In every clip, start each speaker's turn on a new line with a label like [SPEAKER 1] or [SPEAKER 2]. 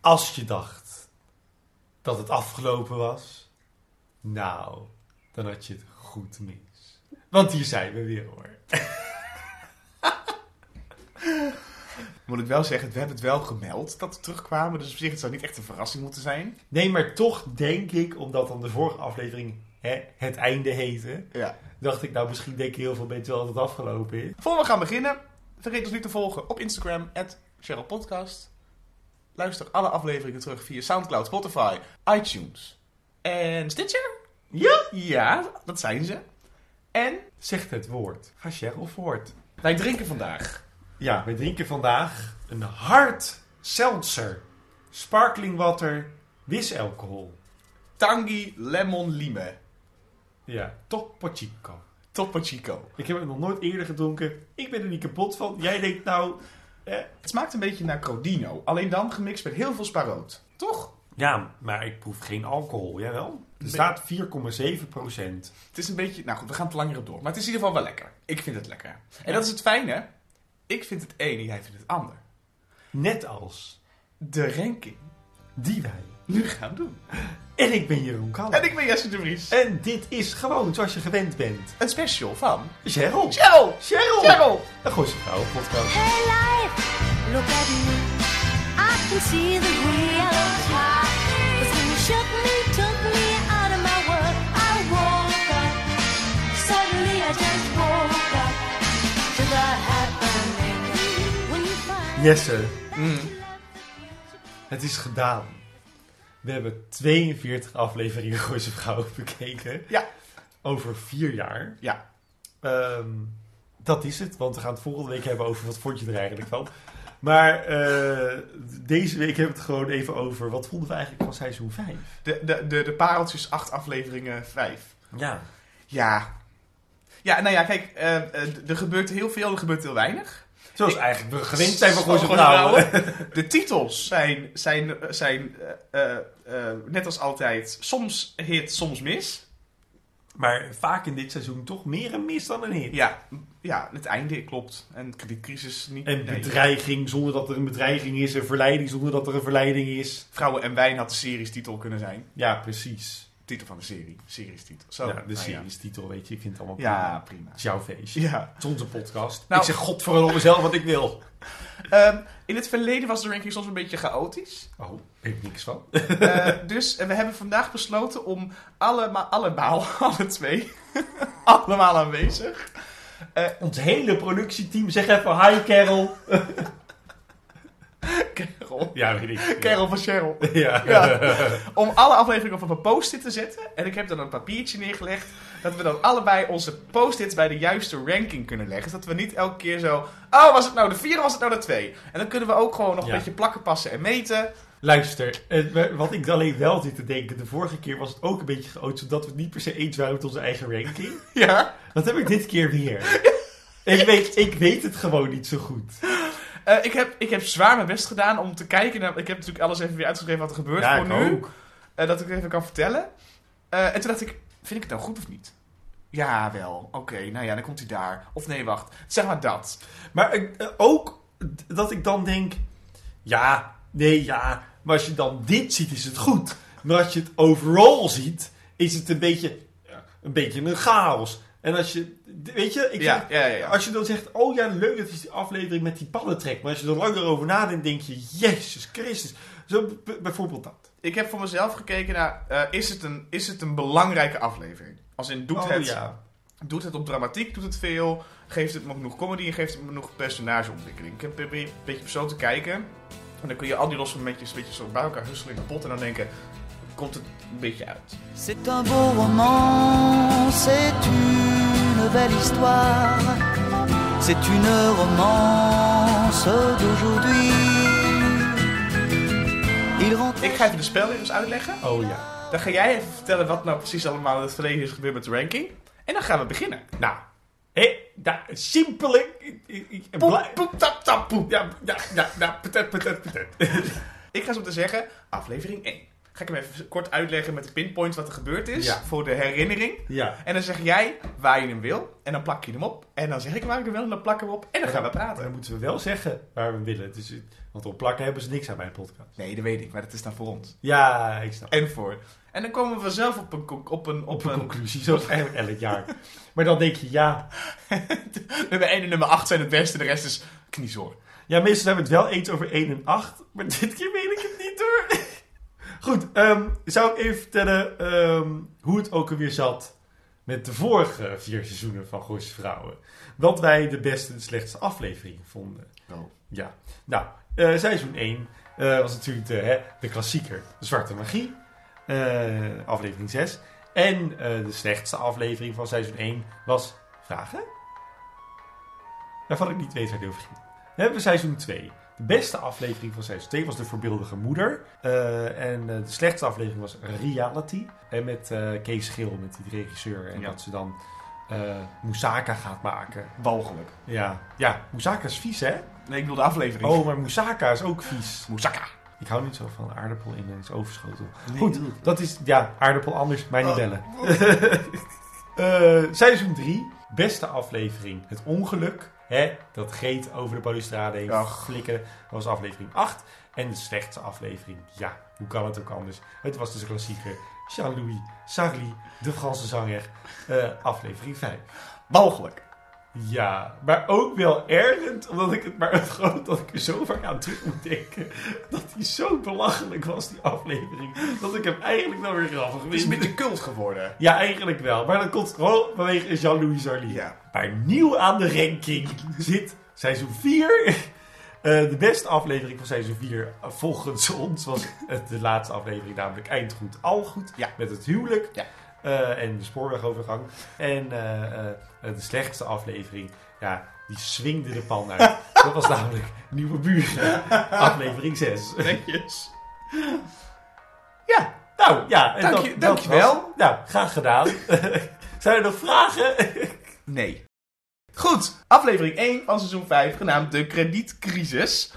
[SPEAKER 1] Als je dacht dat het afgelopen was, nou, dan had je het goed mis. Want hier zijn we weer hoor.
[SPEAKER 2] Moet ik wel zeggen, we hebben het wel gemeld dat we terugkwamen. Dus op zich het zou niet echt een verrassing moeten zijn.
[SPEAKER 1] Nee, maar toch denk ik, omdat dan de vorige aflevering hè, het einde heette,
[SPEAKER 2] Ja.
[SPEAKER 1] dacht ik nou misschien denken heel veel mensen wel dat het afgelopen is.
[SPEAKER 2] Voor we gaan beginnen, vergeet ons niet te volgen op Instagram, @cherylpodcast. Luister alle afleveringen terug via Soundcloud, Spotify, iTunes en Stitcher.
[SPEAKER 1] Ja?
[SPEAKER 2] Ja, dat zijn ze. En
[SPEAKER 1] Zegt het woord. Ga Cheryl voort.
[SPEAKER 2] wij drinken vandaag.
[SPEAKER 1] Ja, we drinken vandaag een hard seltzer. Sparkling water, wisalcohol.
[SPEAKER 2] Tangi Lemon Lime.
[SPEAKER 1] Ja, Topo Chico.
[SPEAKER 2] Topo Chico.
[SPEAKER 1] Ik heb het nog nooit eerder gedronken. Ik ben er niet kapot van. Jij denkt nou... Eh.
[SPEAKER 2] Het smaakt een beetje naar Crodino. Alleen dan gemixt met heel veel sparoot. Toch?
[SPEAKER 1] Ja, maar ik proef geen alcohol. Jij wel? Er
[SPEAKER 2] Nee.
[SPEAKER 1] staat 4,7 procent.
[SPEAKER 2] Het is een beetje... Nou goed, we gaan het langer op door. Maar het is in ieder geval wel lekker. Ik vind het lekker. En dat is het fijne. Ik vind het ene, jij vindt het ander.
[SPEAKER 1] Net als
[SPEAKER 2] De ranking.
[SPEAKER 1] die wij.
[SPEAKER 2] Nu gaan we doen.
[SPEAKER 1] En ik ben Jeroen Kaller.
[SPEAKER 2] En ik ben Jesse de Vries.
[SPEAKER 1] En dit is gewoon zoals je gewend bent.
[SPEAKER 2] Een special van...
[SPEAKER 1] Cheryl.
[SPEAKER 2] Cheryl!
[SPEAKER 1] Cheryl.
[SPEAKER 2] Cheryl!
[SPEAKER 1] De Gooise Vrouwen podcast.
[SPEAKER 3] Hey life, look at me. I can see the real part. 'Cause when you shook me, took me out of my world, I woke up. Suddenly I just woke up to the happening. When you find
[SPEAKER 1] Jesse,
[SPEAKER 4] Hmm.
[SPEAKER 3] that you love
[SPEAKER 1] het is gedaan. We hebben 42 afleveringen Gooise Vrouwen bekeken.
[SPEAKER 2] Ja.
[SPEAKER 1] Over vier jaar.
[SPEAKER 2] Ja.
[SPEAKER 1] Ehm, dat is het, want we gaan het volgende week hebben over wat vond je er eigenlijk van. Maar eh, deze week hebben we het gewoon even over wat vonden we eigenlijk van seizoen 5.
[SPEAKER 2] De, de, de, de pareltjes 8 afleveringen 5.
[SPEAKER 1] Ja.
[SPEAKER 2] Ja. Ja, nou ja, kijk. eh, eh, d- er gebeurt heel veel, er gebeurt heel weinig.
[SPEAKER 1] Zoals eigenlijk we gewend zijn van Gooise
[SPEAKER 2] Gewoon
[SPEAKER 1] Vrouwen.
[SPEAKER 2] vrouwen. De titels zijn, zijn, zijn eh, eh, eh, net als altijd soms hit, soms mis.
[SPEAKER 1] Maar vaak in dit seizoen toch meer een mis dan een hit.
[SPEAKER 2] Ja, ja het einde klopt. En de kredietcrisis niet.
[SPEAKER 1] En
[SPEAKER 2] nee.
[SPEAKER 1] bedreiging zonder dat er een bedreiging is. En verleiding zonder dat er een verleiding is.
[SPEAKER 2] Vrouwen en Wijn had de series titel kunnen zijn.
[SPEAKER 1] Ja, precies.
[SPEAKER 2] Titel van de serie. Series titel. Zo.
[SPEAKER 1] Oh, Ja, de
[SPEAKER 2] Nou ja.
[SPEAKER 1] series titel, weet je. Ik vind het allemaal prima.
[SPEAKER 2] Ja, prima.
[SPEAKER 1] Het is jouw feestje.
[SPEAKER 2] Ja.
[SPEAKER 1] Het is onze podcast.
[SPEAKER 2] Nou-
[SPEAKER 1] ik zeg godverdomme zelf wat ik wil.
[SPEAKER 2] Ehm, in het verleden was de ranking soms een beetje chaotisch.
[SPEAKER 1] Oh, weet ik niks van.
[SPEAKER 2] Eh, dus eh, we hebben vandaag besloten om allemaal, allemaal, alle twee, allemaal aanwezig.
[SPEAKER 1] Ons hele productieteam, zeg even hi Carol.
[SPEAKER 2] Kerel.
[SPEAKER 1] Ja, weet ik.
[SPEAKER 2] Kerel van Cheryl.
[SPEAKER 1] Ja.
[SPEAKER 2] Ja. om alle afleveringen op een post-it te zetten. En ik heb dan een papiertje neergelegd. Dat we dan allebei onze post-its bij de juiste ranking kunnen leggen. Zodat we niet elke keer zo. Oh, was het nou de 4 of was het nou de 2? En dan kunnen we ook gewoon nog
[SPEAKER 1] Ja.
[SPEAKER 2] een beetje plakken, passen en meten.
[SPEAKER 1] Luister, eh, maar wat ik alleen wel zit te denken. De vorige keer was het ook een beetje geoot. Zodat we het niet per se eens waren met onze eigen ranking.
[SPEAKER 2] Ja.
[SPEAKER 1] Dat heb ik dit keer weer. Ik weet, ik weet het gewoon niet zo goed.
[SPEAKER 2] Eh, ik, heb, ik heb zwaar mijn best gedaan om te kijken naar. Ik heb natuurlijk alles even weer uitgeschreven wat er gebeurt voor nu. Eh, dat ik het even kan vertellen. Eh, en toen dacht ik: vind ik het nou goed of niet? Ja, wel. Oké, nou ja, dan komt hij daar. Of nee, wacht. Zeg maar dat.
[SPEAKER 1] Maar ik- eh, ook d- dat ik dan denk: ja, nee, ja. Maar als je dan dit ziet, is het goed. Maar als je het overal ziet, is het een beetje, ja, een, beetje een chaos. En als je, d- weet je, ik
[SPEAKER 2] Ja, ja, ja.
[SPEAKER 1] zeg-
[SPEAKER 2] ja.
[SPEAKER 1] als je dan zegt: oh ja, leuk, dat is die aflevering met die paddentrek. Maar als je er langer over nadenkt, denk je: Jezus Christus. Zo b- b- bijvoorbeeld dat.
[SPEAKER 2] Ik heb voor mezelf gekeken naar, eh, is, het een, is het een belangrijke aflevering? Als in, doet,
[SPEAKER 1] Oh,
[SPEAKER 2] het,
[SPEAKER 1] ja.
[SPEAKER 2] doet het op dramatiek, doet het veel, geeft het me genoeg comedy en geeft het me genoeg personageontwikkeling. Ik heb een be- beetje op zo te kijken. En dan kun je al die losse momentjes een beetje zo bij elkaar husselen in de pot en dan denken, komt het een beetje uit.
[SPEAKER 4] C'est un beau roman, c'est une belle histoire, c'est une romance d'aujourd'hui. Il rentre
[SPEAKER 2] Ik ga even de spelregels uitleggen.
[SPEAKER 1] Oh ja.
[SPEAKER 2] Dan ga jij even vertellen wat nou precies allemaal in het verleden is gebeurd met de ranking. En dan gaan we beginnen.
[SPEAKER 1] Nou, hé, daar, simpel. Ik, ik, ik,
[SPEAKER 2] Poep, poep, tap, tap, poep. nou,
[SPEAKER 1] ja, ja, ja, ja, patat, patat, patat.
[SPEAKER 2] Ik ga zo te zeggen, aflevering 1. ga ik hem even kort uitleggen met de pinpoint wat er gebeurd is.
[SPEAKER 1] Ja.
[SPEAKER 2] Voor de herinnering.
[SPEAKER 1] Ja.
[SPEAKER 2] En dan zeg jij waar je hem wil. En dan plak je hem op. En dan zeg ik waar ik hem wil. En dan plakken we op. En dan gaan we
[SPEAKER 1] Maar dan
[SPEAKER 2] praten.
[SPEAKER 1] moeten we wel zeggen waar we willen. Dus, want op plakken hebben ze niks aan mijn podcast.
[SPEAKER 2] Nee, dat weet ik. Maar dat is dan voor ons.
[SPEAKER 1] Ja, ik snap.
[SPEAKER 2] En voor. En dan komen we vanzelf op een... conc- Op een, op
[SPEAKER 1] Op een
[SPEAKER 2] een
[SPEAKER 1] conclusie, zoals eigenlijk elk jaar. Maar dan denk je, ja.
[SPEAKER 2] nummer 1 en nummer 8 zijn het beste. De rest is kniezoor.
[SPEAKER 1] Ja, meestal hebben we het wel eens over 1 en 8. Maar dit keer weet ik het niet hoor. Goed, ehm, zou ik even vertellen ehm, hoe het ook alweer zat met de vorige vier seizoenen van Gooise Vrouwen. Wat wij de beste en de slechtste aflevering vonden.
[SPEAKER 2] Oh.
[SPEAKER 1] Ja, nou, eh, seizoen 1 was natuurlijk de, hè, de klassieker de Zwarte Magie, eh, aflevering 6. En eh, de slechtste aflevering van seizoen 1 was Vragen? Waarvan ik niet weet waar het over ging. Dan hebben we seizoen 2. De beste aflevering van seizoen 2 was De Voorbeeldige Moeder. Eh, en eh, de slechtste aflevering was Reality. En met eh, Kees Schil, met die regisseur. En
[SPEAKER 2] Ja.
[SPEAKER 1] dat ze dan eh Moussaka gaat maken.
[SPEAKER 2] Walgelijk.
[SPEAKER 1] Ja, ja Moussaka is vies hè?
[SPEAKER 2] Nee, ik wil de aflevering.
[SPEAKER 1] Oh, maar moussaka is ook vies.
[SPEAKER 2] Moussaka.
[SPEAKER 1] Ik hou niet zo van aardappel in mijn overschotel. Goed, dat is... Ja, aardappel anders, mij niet bellen. Eh, seizoen 3, beste aflevering. Het ongeluk, hè, dat Geet over de balustrade heen
[SPEAKER 2] Ach.
[SPEAKER 1] flikken. Dat was aflevering 8. En de slechtste aflevering, ja, hoe kan het ook anders? Het was dus een klassieker. Jean-Louis Sarli, de Franse zanger, eh, aflevering 5.
[SPEAKER 2] Walgelijk.
[SPEAKER 1] Ja, maar ook wel ergend, omdat ik het maar het groot dat ik er zo vaak aan terug moet denken. Dat hij zo belachelijk was, die aflevering. Dat ik hem eigenlijk dan weer grappig
[SPEAKER 2] Het is een
[SPEAKER 1] vind.
[SPEAKER 2] beetje cult geworden.
[SPEAKER 1] Ja, eigenlijk wel. Maar dat komt gewoon vanwege Jean-Louis Zarly.
[SPEAKER 2] Ja.
[SPEAKER 1] Maar nieuw aan de ranking zit seizoen 4. de beste aflevering van seizoen 4 volgens ons was het de laatste aflevering, namelijk Eindgoed Al Goed.
[SPEAKER 2] Ja.
[SPEAKER 1] Met het huwelijk
[SPEAKER 2] Ja.
[SPEAKER 1] Eh, en de spoorwegovergang. En eh, eh, de slechtste aflevering, ja, die swingde de pan uit. Dat was namelijk Nieuwe Buren, aflevering 6.
[SPEAKER 2] Netjes.
[SPEAKER 1] Ja, nou ja. en
[SPEAKER 2] Dank
[SPEAKER 1] dat-
[SPEAKER 2] je-
[SPEAKER 1] dat
[SPEAKER 2] dankjewel.
[SPEAKER 1] was- Nou, graag gedaan. Zijn er nog vragen?
[SPEAKER 2] Nee. Goed, aflevering 1 van seizoen 5, genaamd de kredietcrisis.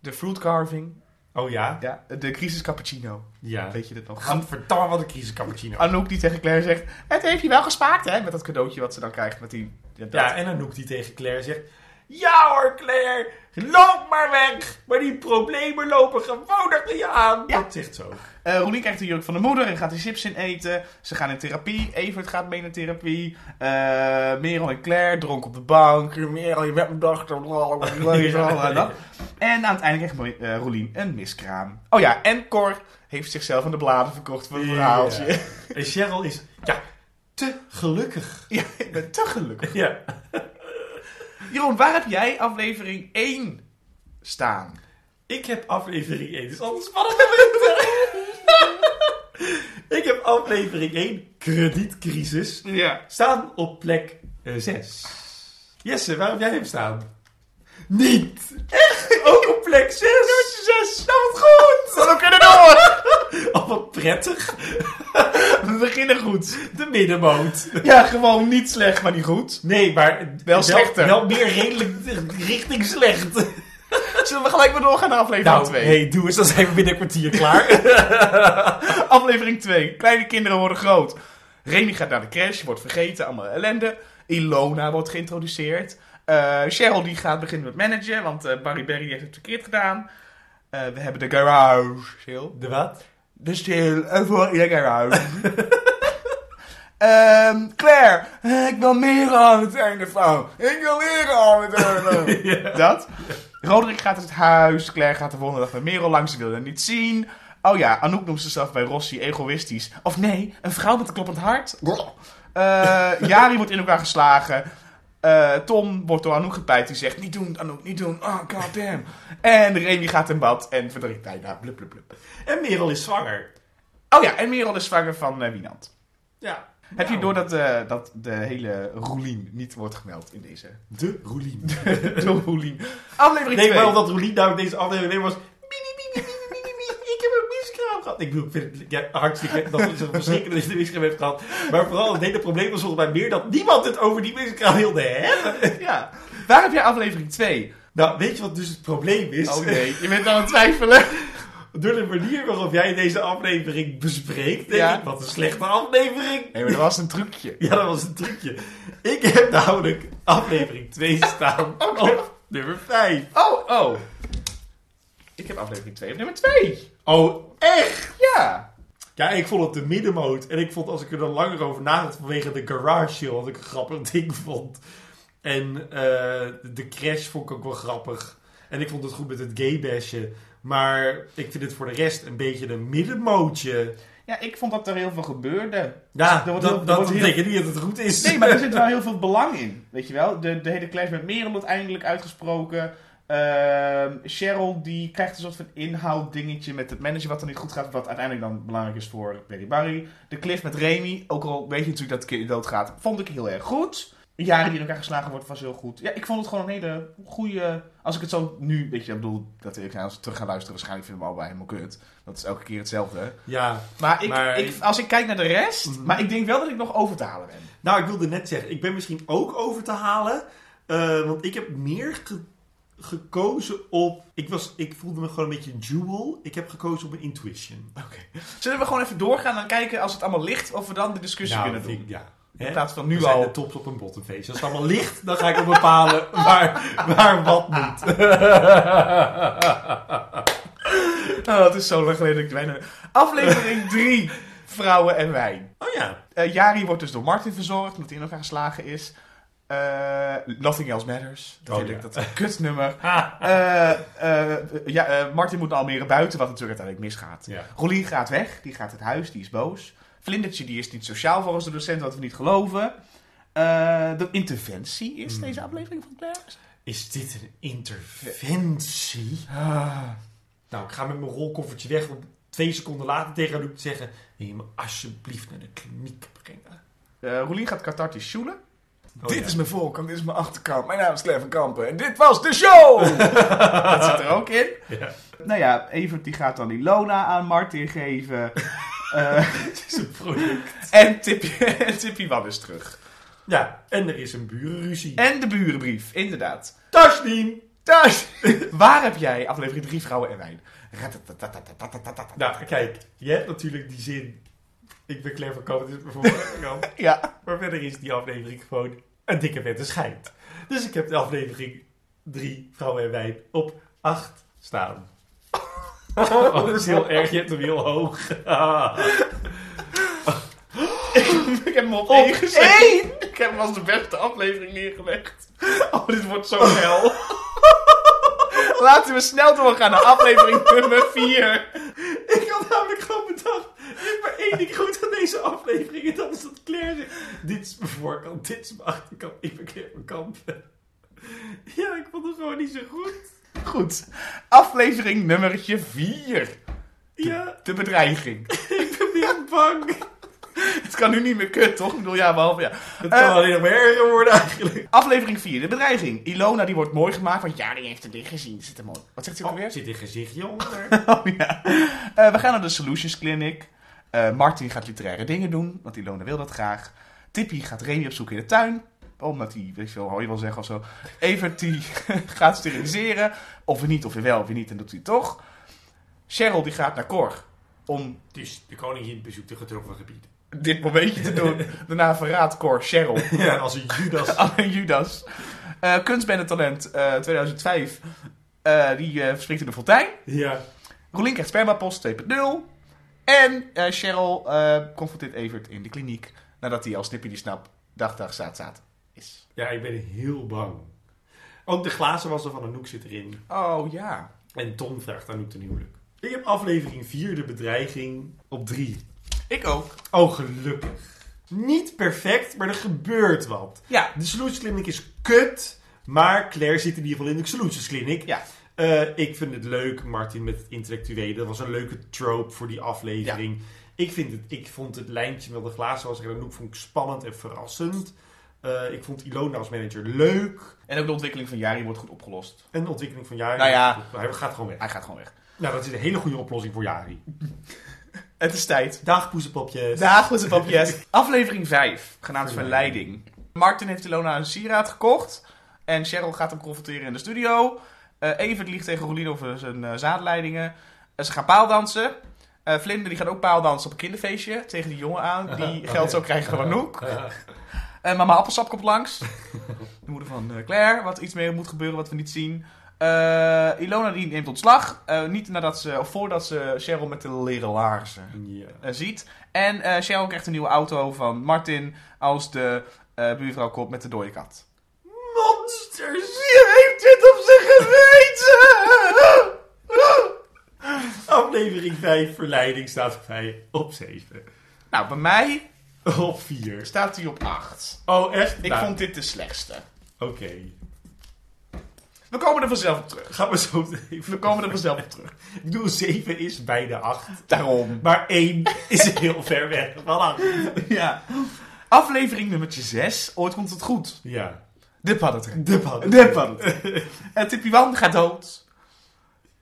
[SPEAKER 2] De fruit carving.
[SPEAKER 1] Oh ja?
[SPEAKER 2] Ja, de crisis cappuccino.
[SPEAKER 1] Ja.
[SPEAKER 2] Weet je dit nog?
[SPEAKER 1] Gadverdamme, wat een crisis cappuccino.
[SPEAKER 2] Anouk die tegen Claire zegt, het heeft je wel gespaard hè, met dat cadeautje wat ze dan krijgt met die... Ja, dat.
[SPEAKER 1] Ja, en Anouk die tegen Claire zegt... Ja hoor, Claire, loop maar weg. Maar die problemen lopen gewoon achter je aan.
[SPEAKER 2] Ja.
[SPEAKER 1] Dat zegt zo.
[SPEAKER 2] Eh, Roelien krijgt de jurk van de moeder en gaat die chips in eten. Ze gaan in therapie. Evert gaat mee naar therapie. Eh, Merel en Claire dronken op de bank. Merel, je bent mijn dochter. blablabla, en dat. En aan het einde krijgt Mo- eh, Roelien een miskraam. Oh ja, en Cor heeft zichzelf aan de bladen verkocht voor een verhaaltje.
[SPEAKER 1] Ja. En Cheryl is ja, te gelukkig.
[SPEAKER 2] Ja, ik ben te gelukkig.
[SPEAKER 1] Ja.
[SPEAKER 2] Jeroen, waar heb jij aflevering 1 staan?
[SPEAKER 1] Ik heb aflevering 1. Dus anders spannend momenten. Ik heb aflevering 1, kredietcrisis,
[SPEAKER 2] Ja.
[SPEAKER 1] staan op plek 6. Jesse, waar heb jij hem staan? Niet! Echt? Ook op plek 6? Nummer 6! Nou, wat goed!
[SPEAKER 2] Dan kunnen we door!
[SPEAKER 1] Oh, wat prettig.
[SPEAKER 2] We beginnen goed.
[SPEAKER 1] De middenmoot.
[SPEAKER 2] Ja, gewoon niet slecht, maar niet goed.
[SPEAKER 1] Nee, maar
[SPEAKER 2] Wel slechter.
[SPEAKER 1] Wel meer redelijk richting slecht.
[SPEAKER 2] Zullen we gelijk maar doorgaan naar aflevering
[SPEAKER 1] Nou,
[SPEAKER 2] 2?
[SPEAKER 1] hey, doe eens, dan zijn we binnen een kwartier klaar.
[SPEAKER 2] Aflevering 2. Kleine kinderen worden groot. Remy gaat naar de crash, wordt vergeten, allemaal ellende. Ilona wordt geïntroduceerd. Eh, Cheryl die gaat beginnen met managen, want eh, Barry Berry heeft het verkeerd gedaan. Eh, we hebben de garage sale.
[SPEAKER 1] De wat?
[SPEAKER 2] De sale voor de garage. Ehm, Claire, eh, ik wil meer aan het einde van. Ik wil meer aan het einde. Dat. Roderick gaat uit het huis. Claire gaat de volgende dag bij Merel langs. Ze wil haar niet zien. Oh ja, Anouk noemt zichzelf bij Rossi egoïstisch. Of nee, een vrouw met een kloppend hart. Eh Jari wordt in elkaar geslagen. Eh, Tom wordt door Anouk gepijt. Die zegt, niet doen Anouk, niet doen. Oh, god damn. En Remy gaat in bad en verdrinkt bijna. Blub, blub, blub.
[SPEAKER 1] En Merel is zwanger.
[SPEAKER 2] Oh ja, en Merel is zwanger van eh, Wienand.
[SPEAKER 1] Ja.
[SPEAKER 2] Heb je door dat, eh, dat de hele Roelien niet wordt gemeld in deze?
[SPEAKER 1] De Roelien.
[SPEAKER 2] Door Roelien. Aflevering
[SPEAKER 1] Nee,
[SPEAKER 2] 2.
[SPEAKER 1] maar omdat Roelien namelijk deze aflevering alleen was... "Mie, mie, mie, mie, mie, mie, mie, Ik heb een miskraam gehad. Ik bedoel, ik vind het ja, hartstikke dat is het verschrikkelijk dat je een miskraam hebt gehad. Maar vooral het hele probleem was volgens mij meer dat niemand het over die miskraam wilde hebben.
[SPEAKER 2] Ja. Waar heb jij aflevering Oh 2?
[SPEAKER 1] Nou, weet je wat dus het probleem is?
[SPEAKER 2] Je bent aan het twijfelen.
[SPEAKER 1] door de manier waarop jij deze aflevering bespreekt, denk
[SPEAKER 2] Ja.
[SPEAKER 1] ik, wat een slechte aflevering.
[SPEAKER 2] Nee, maar dat was een trucje.
[SPEAKER 1] Ja, dat was een trucje. Ik heb namelijk aflevering 2 staan op nummer 5.
[SPEAKER 2] Oh, oh. Ik heb aflevering 2 op nummer 2.
[SPEAKER 1] Oh, echt?
[SPEAKER 2] Ja.
[SPEAKER 1] Ja, ik vond het de middenmoot. En ik vond, als ik er dan langer over nadacht vanwege de garage sale, wat ik een grappig ding vond. En eh, de crash vond ik ook wel grappig. En ik vond het goed met het gaybashen. Maar ik vind het voor de rest een beetje een middenmootje.
[SPEAKER 2] Ja, ik vond dat er heel veel gebeurde.
[SPEAKER 1] Ja, dat,
[SPEAKER 2] Dat wordt heel-
[SPEAKER 1] dat,
[SPEAKER 2] dat wordt heel-
[SPEAKER 1] betekent niet dat het goed is.
[SPEAKER 2] Nee, maar er zit wel heel veel belang in. Weet je wel? De, de hele clash met Merel uiteindelijk uitgesproken. Ehm, Cheryl die krijgt een soort van inhouddingetje met het manager wat er niet goed gaat. Wat uiteindelijk dan belangrijk is voor Lady Barry. De cliff met Remy. Ook al weet je natuurlijk dat het kind doodgaat. Vond ik heel erg goed. Jaren die in elkaar geslagen wordt was heel goed. Ja, ik vond het gewoon een hele goede... Als ik het zo nu... Weet je, ik bedoel, dat ik nou, als we terug gaan luisteren waarschijnlijk vinden we allebei helemaal kut. Dat is elke keer hetzelfde.
[SPEAKER 1] Ja,
[SPEAKER 2] Maar, ik,
[SPEAKER 1] Maar-
[SPEAKER 2] Ik, als ik kijk naar de rest... Maar ik denk wel dat ik nog over te halen ben.
[SPEAKER 1] nou, ik wilde net zeggen, ik ben misschien ook over te halen. eh, want ik heb meer ge- gekozen op... Ik, was, ik voelde me gewoon een beetje een jewel. Ik heb gekozen op een intuition.
[SPEAKER 2] Oké. Zullen we gewoon even doorgaan en kijken als het allemaal ligt of we dan de discussie kunnen doen?
[SPEAKER 1] ik- ja.
[SPEAKER 2] In
[SPEAKER 1] Nou, Hè?
[SPEAKER 2] plaats van
[SPEAKER 1] We
[SPEAKER 2] nu
[SPEAKER 1] zijn
[SPEAKER 2] al.
[SPEAKER 1] de tops op een bottomfeest. Als het allemaal ligt, dan ga ik wel bepalen waar, waar wat moet.
[SPEAKER 2] Oh, dat is zo lang geleden dat ik bijna. Aflevering 3: Vrouwen en Wijn.
[SPEAKER 1] Oh ja.
[SPEAKER 2] Eh Jari wordt dus door Martin verzorgd omdat hij in elkaar geslagen is. Eh, Nothing Else Matters. Dat
[SPEAKER 1] Oh,
[SPEAKER 2] vind
[SPEAKER 1] ja.
[SPEAKER 2] ik dat is een kutnummer. Eh, eh, ja, eh, Martin moet naar Almere buiten, wat natuurlijk uiteindelijk misgaat.
[SPEAKER 1] Ja.
[SPEAKER 2] Rolien gaat weg, die gaat het huis, die is boos. Vlindertje die is niet sociaal volgens de docent, wat we niet geloven. Eh, de interventie is
[SPEAKER 1] Hmm.
[SPEAKER 2] deze aflevering van Claire.
[SPEAKER 1] Is dit een interventie?
[SPEAKER 2] Ah.
[SPEAKER 1] Nou, ik ga met mijn rolkoffertje weg om twee seconden later tegen haar te zeggen... Wil je me alsjeblieft naar de kliniek brengen?
[SPEAKER 2] Eh, Roelien gaat cathartisch joelen.
[SPEAKER 1] Oh,
[SPEAKER 2] dit
[SPEAKER 1] ja.
[SPEAKER 2] is mijn voorkant, dit is mijn achterkant. Mijn naam is Claire van Kampen en dit was de show! dat zit er ook in.
[SPEAKER 1] Ja.
[SPEAKER 2] Nou ja, Evert die gaat dan Ilona aan Martin geven. Eh,
[SPEAKER 1] Het is een product.
[SPEAKER 2] en Tippy, en Tippy Wan is terug.
[SPEAKER 1] Ja, en er is een burenruzie.
[SPEAKER 2] En de burenbrief, inderdaad.
[SPEAKER 1] Tashdien!
[SPEAKER 2] Thuis! Waar heb jij aflevering 3 Vrouwen en Wijn? Ratatatatatatatatatatata.
[SPEAKER 1] Nou, kijk. Je hebt natuurlijk die zin... Ik ben Claire van Kamp, dit is mijn voorbeeld. Ja.
[SPEAKER 2] Ja,
[SPEAKER 1] Maar verder is die aflevering gewoon een dikke vette schijnt. Dus ik heb de aflevering 3, Vrouwen en Wijn, op 8 staan. Oh, dat is heel erg. Je hebt hem heel hoog.
[SPEAKER 2] ik heb hem op
[SPEAKER 1] Op
[SPEAKER 2] één gezet. Ik heb hem als de beste aflevering neergelegd. Oh, dit wordt zo hel. Laten we snel doorgaan naar aflevering nummer 4.
[SPEAKER 1] ik had namelijk gewoon bedacht, er is maar één ding goed aan deze aflevering. En dat is dat Claire zegt, dit is mijn voorkant, dit is mijn achterkant. Ik ben Claire van Kampen. Ja, ik vond het gewoon niet zo goed.
[SPEAKER 2] Goed, aflevering nummertje 4.
[SPEAKER 1] Ja,
[SPEAKER 2] De bedreiging.
[SPEAKER 1] ik ben weer bang.
[SPEAKER 2] Het kan nu niet meer kut, toch? Ik bedoel, ja, behalve ja.
[SPEAKER 1] Het
[SPEAKER 2] Eh,
[SPEAKER 1] kan alleen nog maar erger worden eigenlijk.
[SPEAKER 2] aflevering 4, de bedreiging. Ilona die wordt mooi gemaakt, want ja, die heeft het ding gezien. Zit er mooi. Wat zegt hij ook
[SPEAKER 1] Oh,
[SPEAKER 2] alweer?
[SPEAKER 1] er zit een gezichtje onder.
[SPEAKER 2] Oh, ja. Eh, we gaan naar de Solutions Clinic. Eh, Martin gaat literaire dingen doen, want Ilona wil dat graag. Tippy gaat Remy op zoek in de tuin. Omdat hij, weet je wel, hoor je wel zeggen of zo. Evert die gaat steriliseren. Of weer niet, of weer wel, of weer niet, dan doet hij het toch. Cheryl die gaat naar Cor om
[SPEAKER 1] Dus de koningin bezoekt de getroffen gebieden.
[SPEAKER 2] dit momentje te doen. Daarna verraadt Cor Cheryl
[SPEAKER 1] Ja, als een Judas.
[SPEAKER 2] Anne Judas. Eh kunstbendentalent eh 2005. Eh, die eh, springt in de fontein.
[SPEAKER 1] ja.
[SPEAKER 2] Roelien krijgt spermapost 2.0. En eh, Cheryl eh, confronteert Evert in de kliniek. Nadat hij als Nippy die snap dag dag zaad zaad is.
[SPEAKER 1] ja, ik ben heel bang. Ook de glazen was er van Anouk zit erin.
[SPEAKER 2] Oh ja.
[SPEAKER 1] En Tom vraagt Anouk ten huwelijk. Ik heb aflevering 4, de bedreiging, op 3.
[SPEAKER 2] Ik ook.
[SPEAKER 1] Oh, gelukkig. Niet perfect, maar er gebeurt wat.
[SPEAKER 2] Ja.
[SPEAKER 1] De Solutions Clinic is kut, maar Claire zit in ieder geval in de Solutions Clinic.
[SPEAKER 2] Ja.
[SPEAKER 1] Eh, ik vind het leuk, Martin, met het intellectuele. Dat was een leuke trope voor die aflevering. Ik, vind het, ik vond het lijntje met de glazen was en Anouk vond ik spannend en verrassend. Eh, ik vond Ilona als manager leuk.
[SPEAKER 2] En ook de ontwikkeling van Jari wordt goed opgelost.
[SPEAKER 1] En de ontwikkeling van Jari.
[SPEAKER 2] Nou ja.
[SPEAKER 1] Hij gaat gewoon weg.
[SPEAKER 2] Hij gaat gewoon weg.
[SPEAKER 1] Nou, dat is een hele goede oplossing voor Jari.
[SPEAKER 2] Het is tijd.
[SPEAKER 1] Dag, poezenpopjes.
[SPEAKER 2] Dag, goed op, yes. Aflevering 5, genaamd
[SPEAKER 1] Verleiding.
[SPEAKER 2] Verleiding. Martin heeft Ilona een sieraad gekocht. En Cheryl gaat hem confronteren in de studio. Eh Evert liegt tegen Rolien over zijn eh, zaadleidingen. En ze gaan paaldansen. Eh Vlinder die gaat ook paaldansen op een kinderfeestje tegen die jongen aan. Die geld zou krijgen van Anouk. Eh, mama Appelsap komt langs. De moeder van eh, Claire, wat iets mee moet gebeuren wat we niet zien. Eh, Ilona die neemt ontslag. Eh, niet nadat ze, of voordat ze Cheryl met de leren laarzen
[SPEAKER 1] Ja.
[SPEAKER 2] eh, ziet. En eh, Cheryl krijgt een nieuwe auto van Martin als de eh, buurvrouw komt met de dode kat.
[SPEAKER 1] Monsters!
[SPEAKER 2] Je heeft dit op zich geweten!
[SPEAKER 1] Aflevering 5, verleiding, staat voor mij op 7.
[SPEAKER 2] nou, bij mij
[SPEAKER 1] Op 4.
[SPEAKER 2] staat hij op 8.
[SPEAKER 1] Oh, echt?
[SPEAKER 2] Ik
[SPEAKER 1] Nou,
[SPEAKER 2] vond dit de slechtste.
[SPEAKER 1] Oké.
[SPEAKER 2] We komen er vanzelf op terug.
[SPEAKER 1] Gaan we zo even...
[SPEAKER 2] We komen er vanzelf op terug.
[SPEAKER 1] Ik bedoel, 7 is bijna 8.
[SPEAKER 2] Daarom.
[SPEAKER 1] Maar 1 is heel ver weg van 8.
[SPEAKER 2] Ja. Aflevering nummertje 6. Ooit komt het goed.
[SPEAKER 1] Ja.
[SPEAKER 2] De paddentrek.
[SPEAKER 1] De pan.
[SPEAKER 2] De paddentrek. En Tippy Wan gaat dood.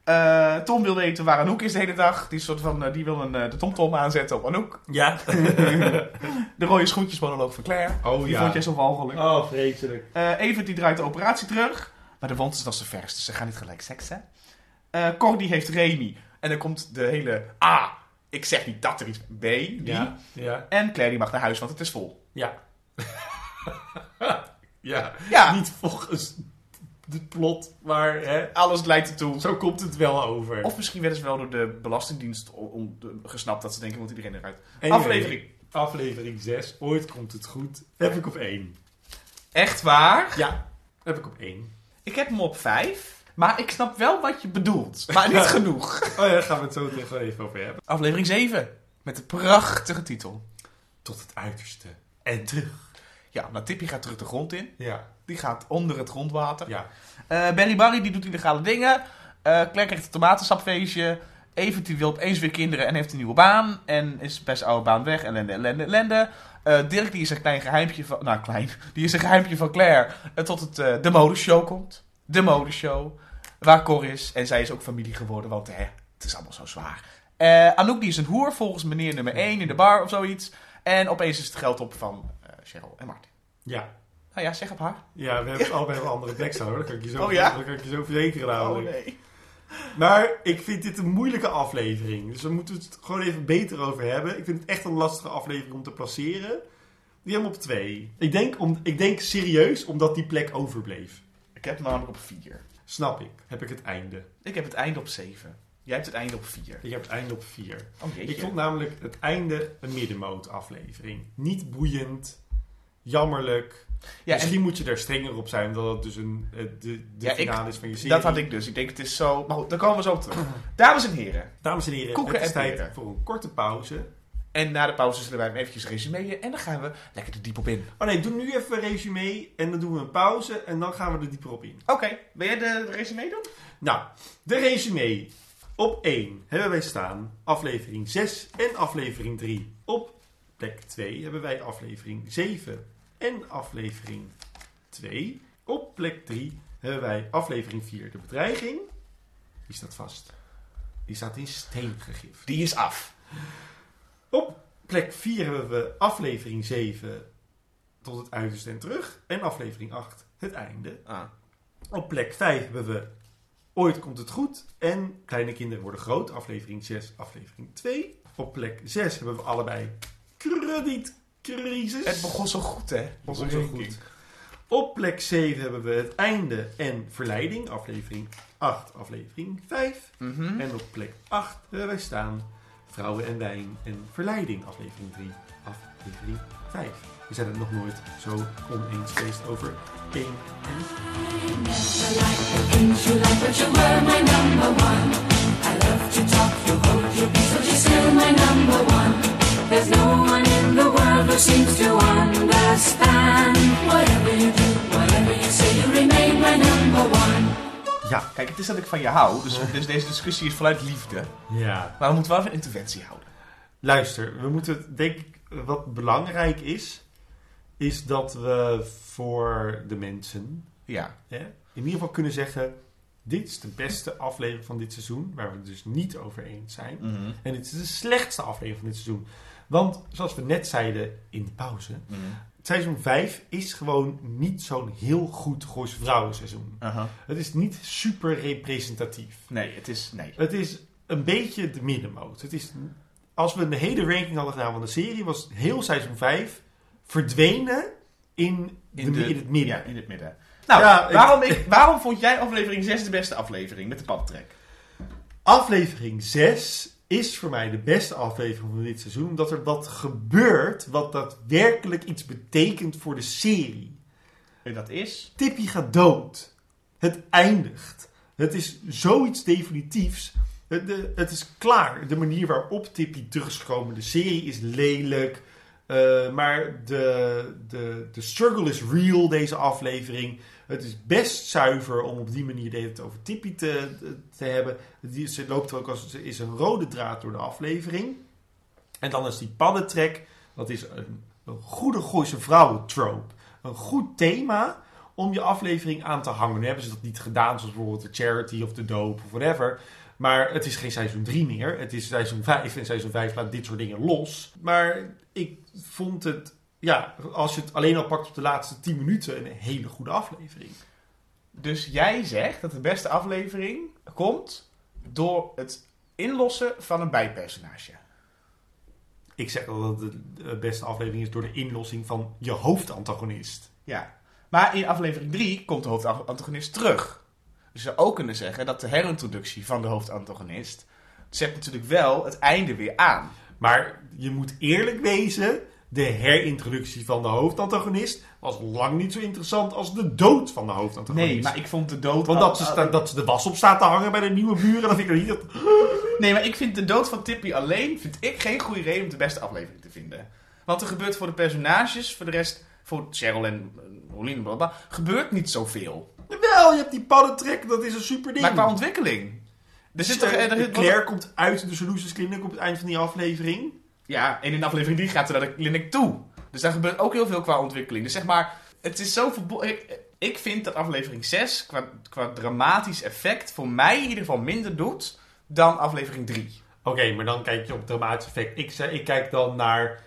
[SPEAKER 2] Eh, Tom wil weten waar Anouk is de hele dag. Die, is soort van, eh, die wil een, eh, de tomtom aanzetten op Anouk.
[SPEAKER 1] Ja.
[SPEAKER 2] De rode schoentjes monoloog van Claire.
[SPEAKER 1] Oh
[SPEAKER 2] Die
[SPEAKER 1] ja.
[SPEAKER 2] vond jij zo walgelijk.
[SPEAKER 1] Oh, vreselijk.
[SPEAKER 2] Eh Evert die draait de operatie terug. Maar de wond is nog zo vers, dus ze gaan niet gelijk seksen. Eh Cor die heeft Remy. En dan komt de hele A. Ik zeg niet dat er iets B. Die.
[SPEAKER 1] Ja. Ja.
[SPEAKER 2] En Claire die mag naar huis, want het is vol.
[SPEAKER 1] Ja. ja.
[SPEAKER 2] Ja,
[SPEAKER 1] Niet volgens het plot, maar hè,
[SPEAKER 2] alles leidt ertoe.
[SPEAKER 1] zo komt het wel over.
[SPEAKER 2] Of misschien werden ze wel door de Belastingdienst o- on- de- gesnapt dat ze denken, want iedereen eruit.
[SPEAKER 1] Anyway,
[SPEAKER 2] Aflevering.
[SPEAKER 1] Aflevering 6. Ooit komt het goed. Heb ik op 1.
[SPEAKER 2] Echt waar?
[SPEAKER 1] Ja. Heb ik op 1.
[SPEAKER 2] Ik heb hem op 5. Maar ik snap wel wat je bedoelt. Maar niet genoeg.
[SPEAKER 1] Oh ja, daar gaan we het zo tegen even over hebben.
[SPEAKER 2] Aflevering 7. Met de prachtige titel.
[SPEAKER 1] Tot het uiterste. En terug.
[SPEAKER 2] Ja, nou Tippy gaat terug de grond in.
[SPEAKER 1] Ja.
[SPEAKER 2] Die gaat onder het grondwater.
[SPEAKER 1] Ja.
[SPEAKER 2] Eh, Barry Barry die doet illegale dingen. Eh Claire krijgt een tomatensapfeestje. Evert die wil opeens weer kinderen en heeft een nieuwe baan. En is best oude baan weg. Ellende, ellende, ellende. Eh, Dirk die is een klein geheimpje van... Nou, klein. Die is een geheimpje van Claire. eh, tot het, eh, de modeshow komt. De modeshow. Waar Cor is. En zij is ook familie geworden. Want hè, het is allemaal zo zwaar. Eh, Anouk die is een hoer volgens meneer nummer 1 in de bar of zoiets. En opeens is het geld op van eh, Cheryl en Martin.
[SPEAKER 1] Ja.
[SPEAKER 2] Nou ja, zeg op haar.
[SPEAKER 1] Ja, we hebben het allebei op een andere plek staan hoor. Dat kan ik je zo,
[SPEAKER 2] Oh ja? Oh,
[SPEAKER 1] dat kan ik je zo verzekeren namelijk.
[SPEAKER 2] nee.
[SPEAKER 1] Maar ik vind dit een moeilijke aflevering. Dus daar moeten we het gewoon even beter over hebben. Ik vind het echt een lastige aflevering om te placeren. Die hebben we op 2. Ik denk, om, ik denk serieus omdat die plek overbleef.
[SPEAKER 2] Ik heb hem namelijk op 4.
[SPEAKER 1] Snap ik. Heb ik het einde.
[SPEAKER 2] Ik heb het einde op 7. Jij hebt het einde op 4.
[SPEAKER 1] Ik heb het einde op 4.
[SPEAKER 2] Oh jeetje.
[SPEAKER 1] Ik vond namelijk het einde een middenmoot aflevering. Niet boeiend, jammerlijk.
[SPEAKER 2] ja, en
[SPEAKER 1] Misschien moet je daar strenger op zijn, omdat het dus een, eh, de, de
[SPEAKER 2] Ja, ik-
[SPEAKER 1] finale is van je serie.
[SPEAKER 2] dat had ik dus. Ik denk het is zo... Maar goed, daar komen we zo op terug. Dames en heren.
[SPEAKER 1] Dames en heren,
[SPEAKER 2] Koeken
[SPEAKER 1] het is
[SPEAKER 2] en
[SPEAKER 1] tijd
[SPEAKER 2] peren.
[SPEAKER 1] voor een korte pauze.
[SPEAKER 2] En na de pauze zullen wij hem eventjes resumeren. En dan gaan we lekker er diep op in.
[SPEAKER 1] Oh nee, doe nu even een resume en dan doen we een pauze en dan gaan we er dieper op in.
[SPEAKER 2] Oké. Wil jij de resume doen?
[SPEAKER 1] Nou, de resume. Op 1 hebben wij staan aflevering 6 en aflevering 3. Op plek 2 hebben wij aflevering 7 en aflevering 2. Op plek 3 hebben wij aflevering 4, de bedreiging. Die staat vast. Die staat in steen gegrift.
[SPEAKER 2] Die is af.
[SPEAKER 1] Op plek 4 hebben we aflevering 7 tot het uiterste en terug. En aflevering 8, het einde.
[SPEAKER 2] Ah.
[SPEAKER 1] Op plek 5 hebben we Ooit komt het goed en Kleine kinderen worden groot, aflevering 6, aflevering 2. Op plek 6 hebben we allebei kredietcrisis.
[SPEAKER 2] Het begon zo goed, hè?
[SPEAKER 1] Het begon zo goed. Op plek 7 hebben we het einde en verleiding, aflevering 8, aflevering 5.
[SPEAKER 2] Mhm.
[SPEAKER 1] En op plek 8 hebben wij staan Vrouwen en Wijn en Verleiding, aflevering 3, aflevering 5. We zijn het nog nooit zo oneens geweest over één en
[SPEAKER 5] There's no one in the world who seems to understand. Whatever you do, whatever you say, you remain my number one.
[SPEAKER 1] Ja.
[SPEAKER 2] Kijk, het is dat ik van je hou. Dus, dus deze discussie is vanuit liefde.
[SPEAKER 1] Ja.
[SPEAKER 2] Maar we moeten wel even interventie houden.
[SPEAKER 1] Luister, we moeten, het- denk ik, wat belangrijk is, is dat we voor de mensen
[SPEAKER 2] Ja.
[SPEAKER 1] hè, in ieder geval kunnen zeggen: dit is de beste aflevering van dit seizoen, waar we het dus niet over eens zijn. En dit is de slechtste aflevering van dit seizoen. Want zoals we net zeiden in de pauze,
[SPEAKER 2] Mhm.
[SPEAKER 1] seizoen 5 is gewoon niet zo'n heel goed Gooise Vrouwenseizoen.
[SPEAKER 2] Aha.
[SPEAKER 1] Het is niet super representatief.
[SPEAKER 2] Nee, het is... Nee.
[SPEAKER 1] Het is een beetje de middenmoot. Het is, als we een hele ranking hadden gedaan van de serie, was heel seizoen 5 verdwenen in,
[SPEAKER 2] In
[SPEAKER 1] de,
[SPEAKER 2] de-
[SPEAKER 1] in het midden.
[SPEAKER 2] Ja, in het midden. Nou,
[SPEAKER 1] Ja, ik-
[SPEAKER 2] waarom, ik, waarom vond jij aflevering 6 de beste aflevering met de padtrek?
[SPEAKER 1] Aflevering 6 is voor mij de beste aflevering van dit seizoen, omdat er wat gebeurt wat daadwerkelijk iets betekent voor de serie.
[SPEAKER 2] En Eh, dat is...
[SPEAKER 1] Tippy gaat dood. Het eindigt. Het is zoiets definitiefs. Het, de- het is klaar. De manier waarop Tippy teruggekomen. De serie is lelijk. Eh, maar de, de, de struggle is real, deze aflevering. Het is best zuiver om op die manier de hele tijd over Tippy te, te hebben. Die, ze loopt ook als ze is een rode draad door de aflevering. En dan is die paddentrek. Dat is een, een goede Gooise vrouwen trope. Een goed thema om je aflevering aan te hangen. Nu hebben ze dat niet gedaan, zoals bijvoorbeeld de charity of de doop of whatever. Maar het is geen seizoen 3 meer. Het is seizoen 5. En seizoen 5 laat dit soort dingen los. Maar ik vond het, ja, als je het alleen al pakt op de laatste 10 minuten, een hele goede aflevering.
[SPEAKER 2] Dus jij zegt dat de beste aflevering komt door het inlossen van een bijpersonage.
[SPEAKER 1] Ik zeg al dat het de beste aflevering is door de inlossing van je hoofdantagonist.
[SPEAKER 2] Ja. Maar in aflevering 3 komt de hoofdantagonist terug. Dus je zou ook kunnen zeggen dat de herintroductie van de hoofdantagonist... zet natuurlijk wel het einde weer aan.
[SPEAKER 1] Maar je moet eerlijk wezen, de herintroductie van de hoofdantagonist was lang niet zo interessant als de dood van de hoofdantagonist.
[SPEAKER 2] Nee, maar ik vond de dood...
[SPEAKER 1] Want
[SPEAKER 2] al-
[SPEAKER 1] dat ze, sta- dat ze de was op staat te hangen bij de nieuwe buren, dat vind ik niet. Dat...
[SPEAKER 2] Nee, maar ik vind de dood van Tippy alleen vind ik geen goede reden om de beste aflevering te vinden. Want er gebeurt voor de personages, voor de rest, voor Cheryl en eh, Rolien, blablabla, gebeurt niet zoveel.
[SPEAKER 1] Wel, je hebt die paddentrek, dat is een super ding.
[SPEAKER 2] Maar qua ontwikkeling. Er zit toch, eh, er zit-
[SPEAKER 1] Claire komt uit de Solutions Clinic op het eind van die aflevering.
[SPEAKER 2] Ja, en in aflevering 3 gaat ze naar de kliniek toe. Dus daar gebeurt ook heel veel qua ontwikkeling. Dus zeg maar, het is zo verbo- Ik, eh, ik vind dat aflevering 6 qua, qua dramatisch effect voor mij in ieder geval minder doet dan aflevering 3.
[SPEAKER 1] Oké, maar dan kijk je op dramatisch effect. Ik, zei- ik kijk dan naar.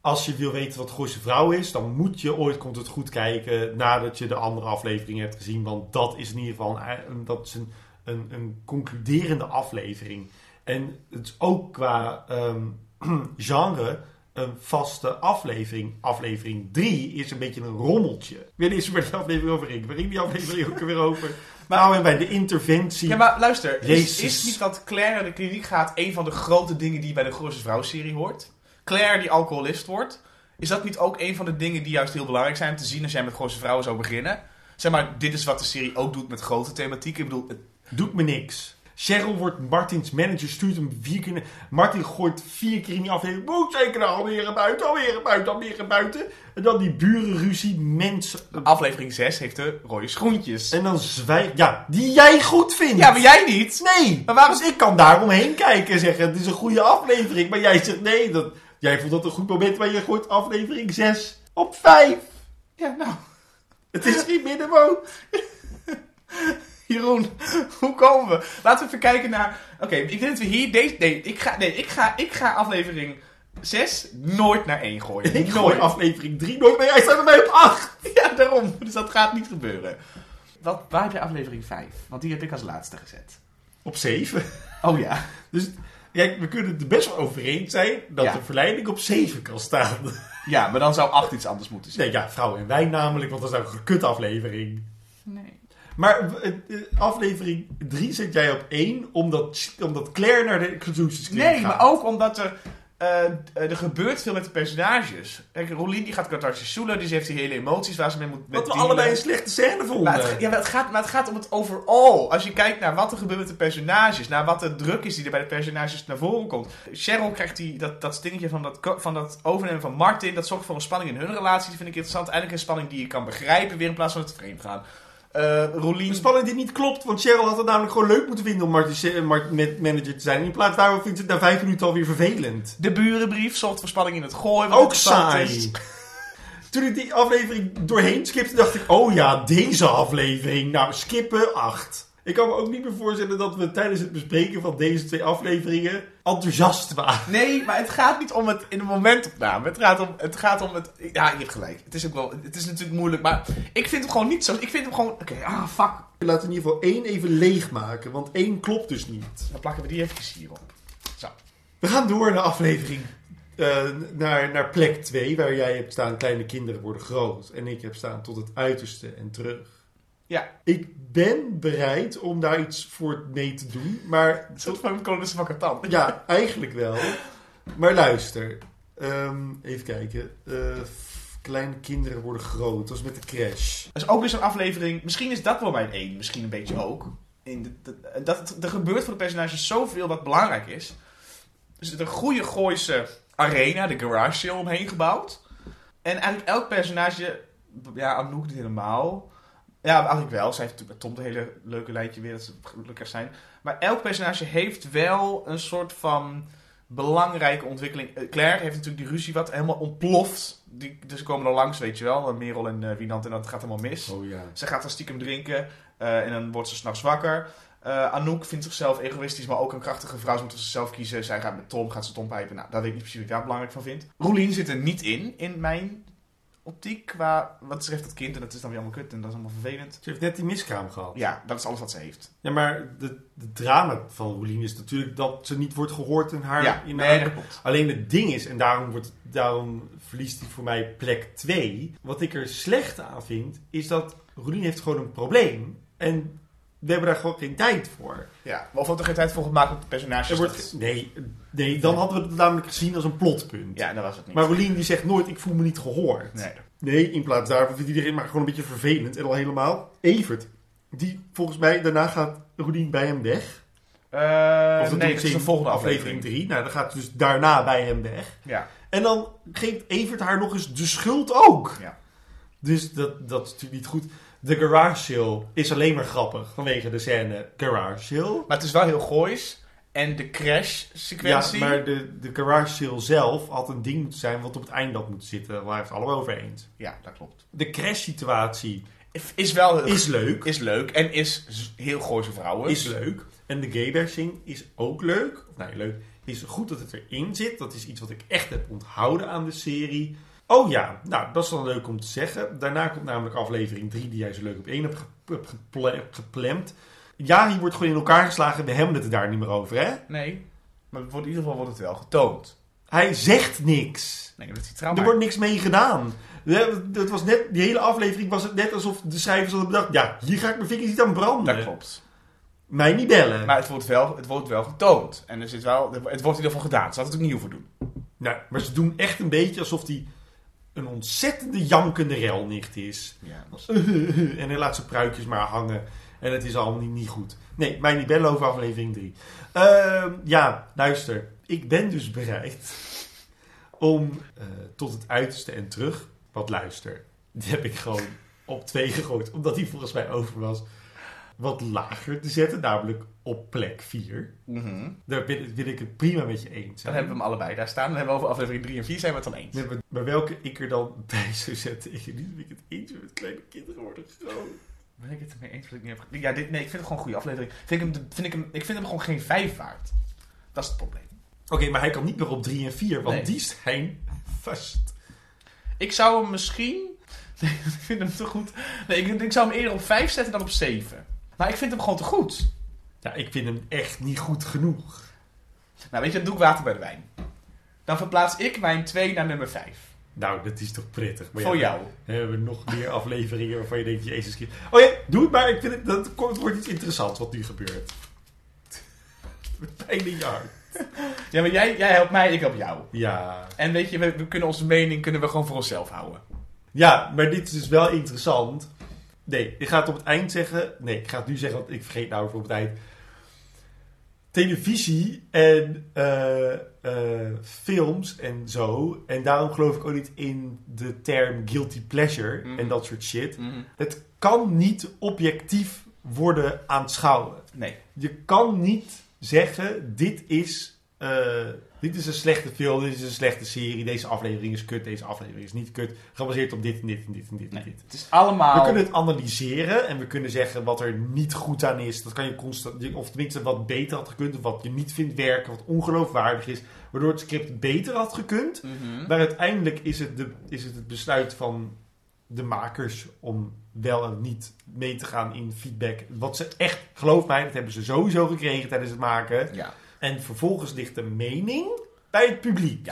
[SPEAKER 1] Als je wil weten wat Gooise Vrouw is, dan moet je ooit komt het goed kijken nadat je de andere aflevering hebt gezien. Want dat is in ieder geval een, een- dat is een, een, een concluderende aflevering. En het is ook qua ehm, genre een vaste aflevering. Aflevering 3 is een beetje een rommeltje. Weer is er weer die aflevering over Rick. Waar ging die aflevering ook weer over? Maar nou, en bij de interventie.
[SPEAKER 2] Ja, maar luister. Is,
[SPEAKER 1] Jezus.
[SPEAKER 2] is niet dat Claire naar de kliniek gaat een van de grote dingen die bij de Grootste Vrouw-serie hoort? Claire die alcoholist wordt. Is dat niet ook een van de dingen die juist heel belangrijk zijn om te zien als jij met Grootste Vrouwen zou beginnen? Zeg maar, dit is wat de serie ook doet met grote thematiek. Ik bedoel, het-
[SPEAKER 1] Doet me niks. Cheryl wordt Martins manager, stuurt hem vier keer. in- Martin gooit vier keer in die afdeling. Moet zeker alweer naar buiten, alweer naar buiten, alweer naar buiten. En dan die burenruzie, mensen.
[SPEAKER 2] aflevering 6 heeft de rode schoentjes.
[SPEAKER 1] En dan zwijgt. Ja, die jij goed vindt.
[SPEAKER 2] Ja, maar jij niet.
[SPEAKER 1] Nee,
[SPEAKER 2] Maar waarom-
[SPEAKER 1] dus ik kan daar omheen kijken en zeggen: het is een goede aflevering. Maar jij zegt nee, dat, jij vond dat een goed moment, maar je gooit aflevering 6 op 5.
[SPEAKER 2] Ja, nou,
[SPEAKER 1] Het is geen middenmoot.
[SPEAKER 2] Jeroen, hoe komen we? Laten we even kijken naar... Oké, ik denk dat we hier... Deze, nee, ik ga, nee ik, ga, ik ga aflevering 6 nooit naar 1 gooien.
[SPEAKER 1] Ik gooi
[SPEAKER 2] nooit.
[SPEAKER 1] aflevering 3 nooit, maar jij staat bij mij op 8.
[SPEAKER 2] Ja, daarom. Dus dat gaat niet gebeuren. Wat, waar heb je aflevering 5? Want die heb ik als laatste gezet.
[SPEAKER 1] Op 7.
[SPEAKER 2] Oh ja.
[SPEAKER 1] Dus kijk, we kunnen het er best wel over eens zijn dat
[SPEAKER 2] Ja.
[SPEAKER 1] de verleiding op 7 kan staan.
[SPEAKER 2] Ja, maar dan zou 8 iets anders moeten zijn.
[SPEAKER 1] Nee, ja, vrouw en wijn namelijk, want dat is ook een kut aflevering.
[SPEAKER 2] Nee.
[SPEAKER 1] Maar eh, eh, aflevering 3 zet jij op 1 omdat, omdat Claire naar de Cruises
[SPEAKER 2] Nee, maar ook omdat er... eh, eh, er gebeurt veel met de personages. Kijk, Rolien die gaat Katarsis Soela, dus die heeft die hele emoties waar ze mee moet met
[SPEAKER 1] Wat we
[SPEAKER 2] dealen.
[SPEAKER 1] allebei een slechte scène vonden.
[SPEAKER 2] Maar het, ja, maar, het gaat, maar het gaat om het overal. Als je kijkt naar wat er gebeurt met de personages, naar wat de druk is die er bij de personages naar voren komt. Cheryl krijgt die, dat, dat stingetje van dat, ko- van dat overnemen van Martin. Dat zorgt voor een spanning in hun relatie. Die vind ik interessant. Eindelijk een spanning die je kan begrijpen, weer in plaats van het vreemd gaan. Eh
[SPEAKER 1] De
[SPEAKER 2] Rolien.
[SPEAKER 1] spanning die niet klopt, want Cheryl had het namelijk gewoon leuk moeten vinden om Martin, eh, Mart- met manager te zijn. In plaats daarvan vindt ze het na 5 minuten alweer vervelend.
[SPEAKER 2] De burenbrief zorgt voor spanning in het gooien. wat
[SPEAKER 1] Ook
[SPEAKER 2] interessant
[SPEAKER 1] saai.
[SPEAKER 2] is.
[SPEAKER 1] Toen ik die aflevering doorheen skipte, dacht ik: oh ja, deze aflevering. Nou, skippen 8. Ik kan me ook niet meer voorstellen dat we tijdens het bespreken van deze twee afleveringen enthousiast waren.
[SPEAKER 2] Nee, maar het gaat niet om het in de momentopname. Het gaat om het. Gaat om het ja, je hebt gelijk. Het is, ook wel, het is natuurlijk moeilijk, maar ik vind hem gewoon niet zo. Ik vind hem gewoon. Oké, ah, fuck.
[SPEAKER 1] Laten we in ieder geval één even leegmaken, want één klopt dus niet.
[SPEAKER 2] Dan plakken we die eventjes hierop. Zo.
[SPEAKER 1] We gaan door naar aflevering. eh, naar, naar plek 2, waar jij hebt staan kleine kinderen worden groot. En ik heb staan tot het uiterste en terug.
[SPEAKER 2] Ja.
[SPEAKER 1] Ik ben bereid om daar iets voor mee te doen, maar
[SPEAKER 2] Een soort van kolonus van Catan.
[SPEAKER 1] ja, eigenlijk wel. Maar luister, ehm, even kijken. Eh, f- kleine kinderen worden groot, dat is met de crash.
[SPEAKER 2] Dat is Dus ook weer zo'n aflevering. Misschien is dat wel mijn één. Misschien een beetje ook. In de- de- dat, het- er gebeurt voor de personages zoveel wat belangrijk is. Er zit een goede Gooise arena, de garage sale, omheen gebouwd. En eigenlijk elk personage... Ja, Anouk niet helemaal. Ja, eigenlijk wel. Zij heeft natuurlijk met Tom het hele leuke lijntje weer dat ze gelukkig zijn. Maar elk personage heeft wel een soort van belangrijke ontwikkeling. Eh, Claire heeft natuurlijk die ruzie wat helemaal ontploft. Die, dus ze komen er langs, weet je wel. Merel en eh, Wienand en dat gaat helemaal mis.
[SPEAKER 1] Oh ja.
[SPEAKER 2] Ze gaat dan stiekem drinken eh, en dan wordt ze s'nachts wakker. Eh, Anouk vindt zichzelf egoïstisch, maar ook een krachtige vrouw. Ze moet voor zichzelf kiezen. Zij gaat met Tom, gaat ze Tom pijpen. Nou, dat weet ik niet precies wat ik daar belangrijk van vind. Roelien zit er niet in, in mijn optiek. Qua wat betreft dat kind. En dat is dan weer allemaal kut en dat is allemaal vervelend.
[SPEAKER 1] Ze heeft net die miskraam gehad.
[SPEAKER 2] Ja, dat is alles wat ze heeft.
[SPEAKER 1] Ja, maar de, de drama van Roelien is natuurlijk dat ze niet wordt gehoord in haar...
[SPEAKER 2] ja,
[SPEAKER 1] in haar
[SPEAKER 2] nee, dat klopt.
[SPEAKER 1] Alleen het ding is, en daarom, wordt, daarom verliest hij voor mij plek 2. Wat ik er slecht aan vind, is dat Roelien heeft gewoon een probleem. En we hebben daar gewoon geen tijd voor.
[SPEAKER 2] Ja, maar of wordt er geen tijd voor gemaakt op de personages?
[SPEAKER 1] Er wordt,
[SPEAKER 2] dat-
[SPEAKER 1] ge- nee, nee, dan hadden we het namelijk gezien als een plotpunt.
[SPEAKER 2] Ja, dat was het niet.
[SPEAKER 1] Maar Roelien die zegt nooit, ik voel me niet gehoord.
[SPEAKER 2] Nee.
[SPEAKER 1] Nee, in plaats daarvan vindt iedereen maar gewoon een beetje vervelend. En al helemaal Evert. Die volgens mij, daarna gaat Roelien bij hem weg.
[SPEAKER 2] Eh,
[SPEAKER 1] dat doe
[SPEAKER 2] nee,
[SPEAKER 1] ik
[SPEAKER 2] dat is
[SPEAKER 1] in
[SPEAKER 2] de volgende aflevering.
[SPEAKER 1] 3. Nou, dan gaat ze dus daarna bij hem weg.
[SPEAKER 2] Ja,
[SPEAKER 1] En dan geeft Evert haar nog eens de schuld ook.
[SPEAKER 2] Ja.
[SPEAKER 1] Dus dat, dat is natuurlijk niet goed. De garage sale is alleen maar grappig vanwege de scène garage sale.
[SPEAKER 2] maar het is wel heel goois. En de
[SPEAKER 1] Ja,
[SPEAKER 2] crash-sequentie...
[SPEAKER 1] maar de, de garage sale zelf had een ding moeten zijn wat op het eind had moeten zitten. Waar het allemaal over eens.
[SPEAKER 2] ja dat klopt.
[SPEAKER 1] De crash situatie
[SPEAKER 2] Is wel heel
[SPEAKER 1] is leuk.
[SPEAKER 2] is leuk en is z- heel Gooise vrouwen. dus-
[SPEAKER 1] Is leuk. En de gaybashing is ook leuk. Of nee, leuk. Is goed dat het erin zit. Dat is iets wat ik echt heb onthouden aan de serie. Oh ja, nou, dat is dan leuk om te zeggen. Daarna komt namelijk aflevering 3, die jij zo leuk op één hebt ge- hebt geple- hebt geplemd. Ja, hier wordt gewoon in elkaar geslagen. We hebben het er daar niet meer over, hè?
[SPEAKER 2] Nee, maar wordt, in ieder geval wordt het wel getoond.
[SPEAKER 1] Hij zegt niks.
[SPEAKER 2] Nee, dat is die
[SPEAKER 1] Er
[SPEAKER 2] trauma.
[SPEAKER 1] wordt niks mee gedaan. We- Dat was net, die hele aflevering was het net alsof de schrijvers hadden bedacht... Ja, hier ga ik mijn vingers niet aan branden.
[SPEAKER 2] Dat klopt.
[SPEAKER 1] Mij niet bellen.
[SPEAKER 2] Maar het wordt wel, het wordt wel getoond. En er zit wel, het wordt in ieder geval gedaan. Ze hadden het ook niet hoeven doen.
[SPEAKER 1] Nou, maar ze doen echt een beetje alsof die een ontzettende jankende relnicht is.
[SPEAKER 2] Ja, dat
[SPEAKER 1] en hij laat zijn pruikjes maar hangen. En het is allemaal niet, niet goed. Nee, mij niet bellen over aflevering 3. ja, luister. Ik ben dus bereid om eh, tot het uiterste en terug. Wat luister, die heb ik gewoon op 2 gegooid. Omdat die volgens mij over was. Wat lager te zetten, namelijk op plek 4.
[SPEAKER 2] Mhm.
[SPEAKER 1] Daar wil, wil ik het prima met je eens
[SPEAKER 2] Dan
[SPEAKER 1] zijn.
[SPEAKER 2] hebben we hem allebei daar staan. Dan hebben we over aflevering 3 en 4 zijn we het dan eens.
[SPEAKER 1] Nee, maar, maar welke ik er dan bij zou zetten? Ik weet niet of ik het eens ben met kleine kinderen worden groot.
[SPEAKER 2] Ben ik het ermee eens dat ik niet heb ge- Ja, dit, nee, ik vind het gewoon een goede aflevering. Vind ik, hem, de- vind ik, hem, ik vind hem gewoon geen 5 waard. Dat is het probleem.
[SPEAKER 1] Oké, maar hij kan niet meer op 3 en 4, want
[SPEAKER 2] Nee.
[SPEAKER 1] die zijn vast.
[SPEAKER 2] Ik zou hem misschien. Nee, ik vind hem te goed. Nee, ik, ik zou hem eerder op 5 zetten dan op 7. Maar ik vind hem gewoon te goed.
[SPEAKER 1] Ja, ik vind hem echt niet goed genoeg.
[SPEAKER 2] Nou, weet je, dan doe ik water bij de wijn. Dan verplaats ik mijn 2 naar nummer 5.
[SPEAKER 1] Nou, dat is toch prettig. Maar
[SPEAKER 2] Voor
[SPEAKER 1] ja,
[SPEAKER 2] jou.
[SPEAKER 1] We hebben nog meer afleveringen waarvan je denkt, jezus kind. Oh ja, doe het maar. Ik vind het, dat komt, wordt iets interessants wat nu gebeurt. Met pijn in je hart.
[SPEAKER 2] Ja, maar jij, jij helpt mij, ik help jou.
[SPEAKER 1] Ja.
[SPEAKER 2] En weet je, we, we kunnen onze mening kunnen we gewoon voor onszelf houden.
[SPEAKER 1] Ja, maar dit is dus wel interessant. Nee, ik ga het op het eind zeggen. Nee, ik ga het nu zeggen, want ik vergeet nou voor op het eind. Televisie en eh, eh, films en zo. En daarom geloof ik ook niet in de term guilty pleasure
[SPEAKER 2] Mhm.
[SPEAKER 1] en dat soort shit. Het kan niet objectief worden aanschouwen.
[SPEAKER 2] Nee.
[SPEAKER 1] Je kan niet zeggen, dit is eh, eh, dit is een slechte film, dit is een slechte serie, deze aflevering is kut, deze aflevering is niet kut, gebaseerd op dit en dit en dit en dit en
[SPEAKER 2] Nee,
[SPEAKER 1] dit.
[SPEAKER 2] het is allemaal...
[SPEAKER 1] We kunnen het analyseren en we kunnen zeggen wat er niet goed aan is. Dat kan je constant, of tenminste wat beter had gekund, of wat je niet vindt werken, wat ongeloofwaardig is, waardoor het script beter had gekund.
[SPEAKER 2] Mhm.
[SPEAKER 1] Maar uiteindelijk is het, de, is het het besluit van de makers om wel en niet mee te gaan in feedback. Wat ze echt, geloof mij, dat hebben ze sowieso gekregen tijdens het maken.
[SPEAKER 2] Ja.
[SPEAKER 1] En vervolgens ligt de mening bij het publiek.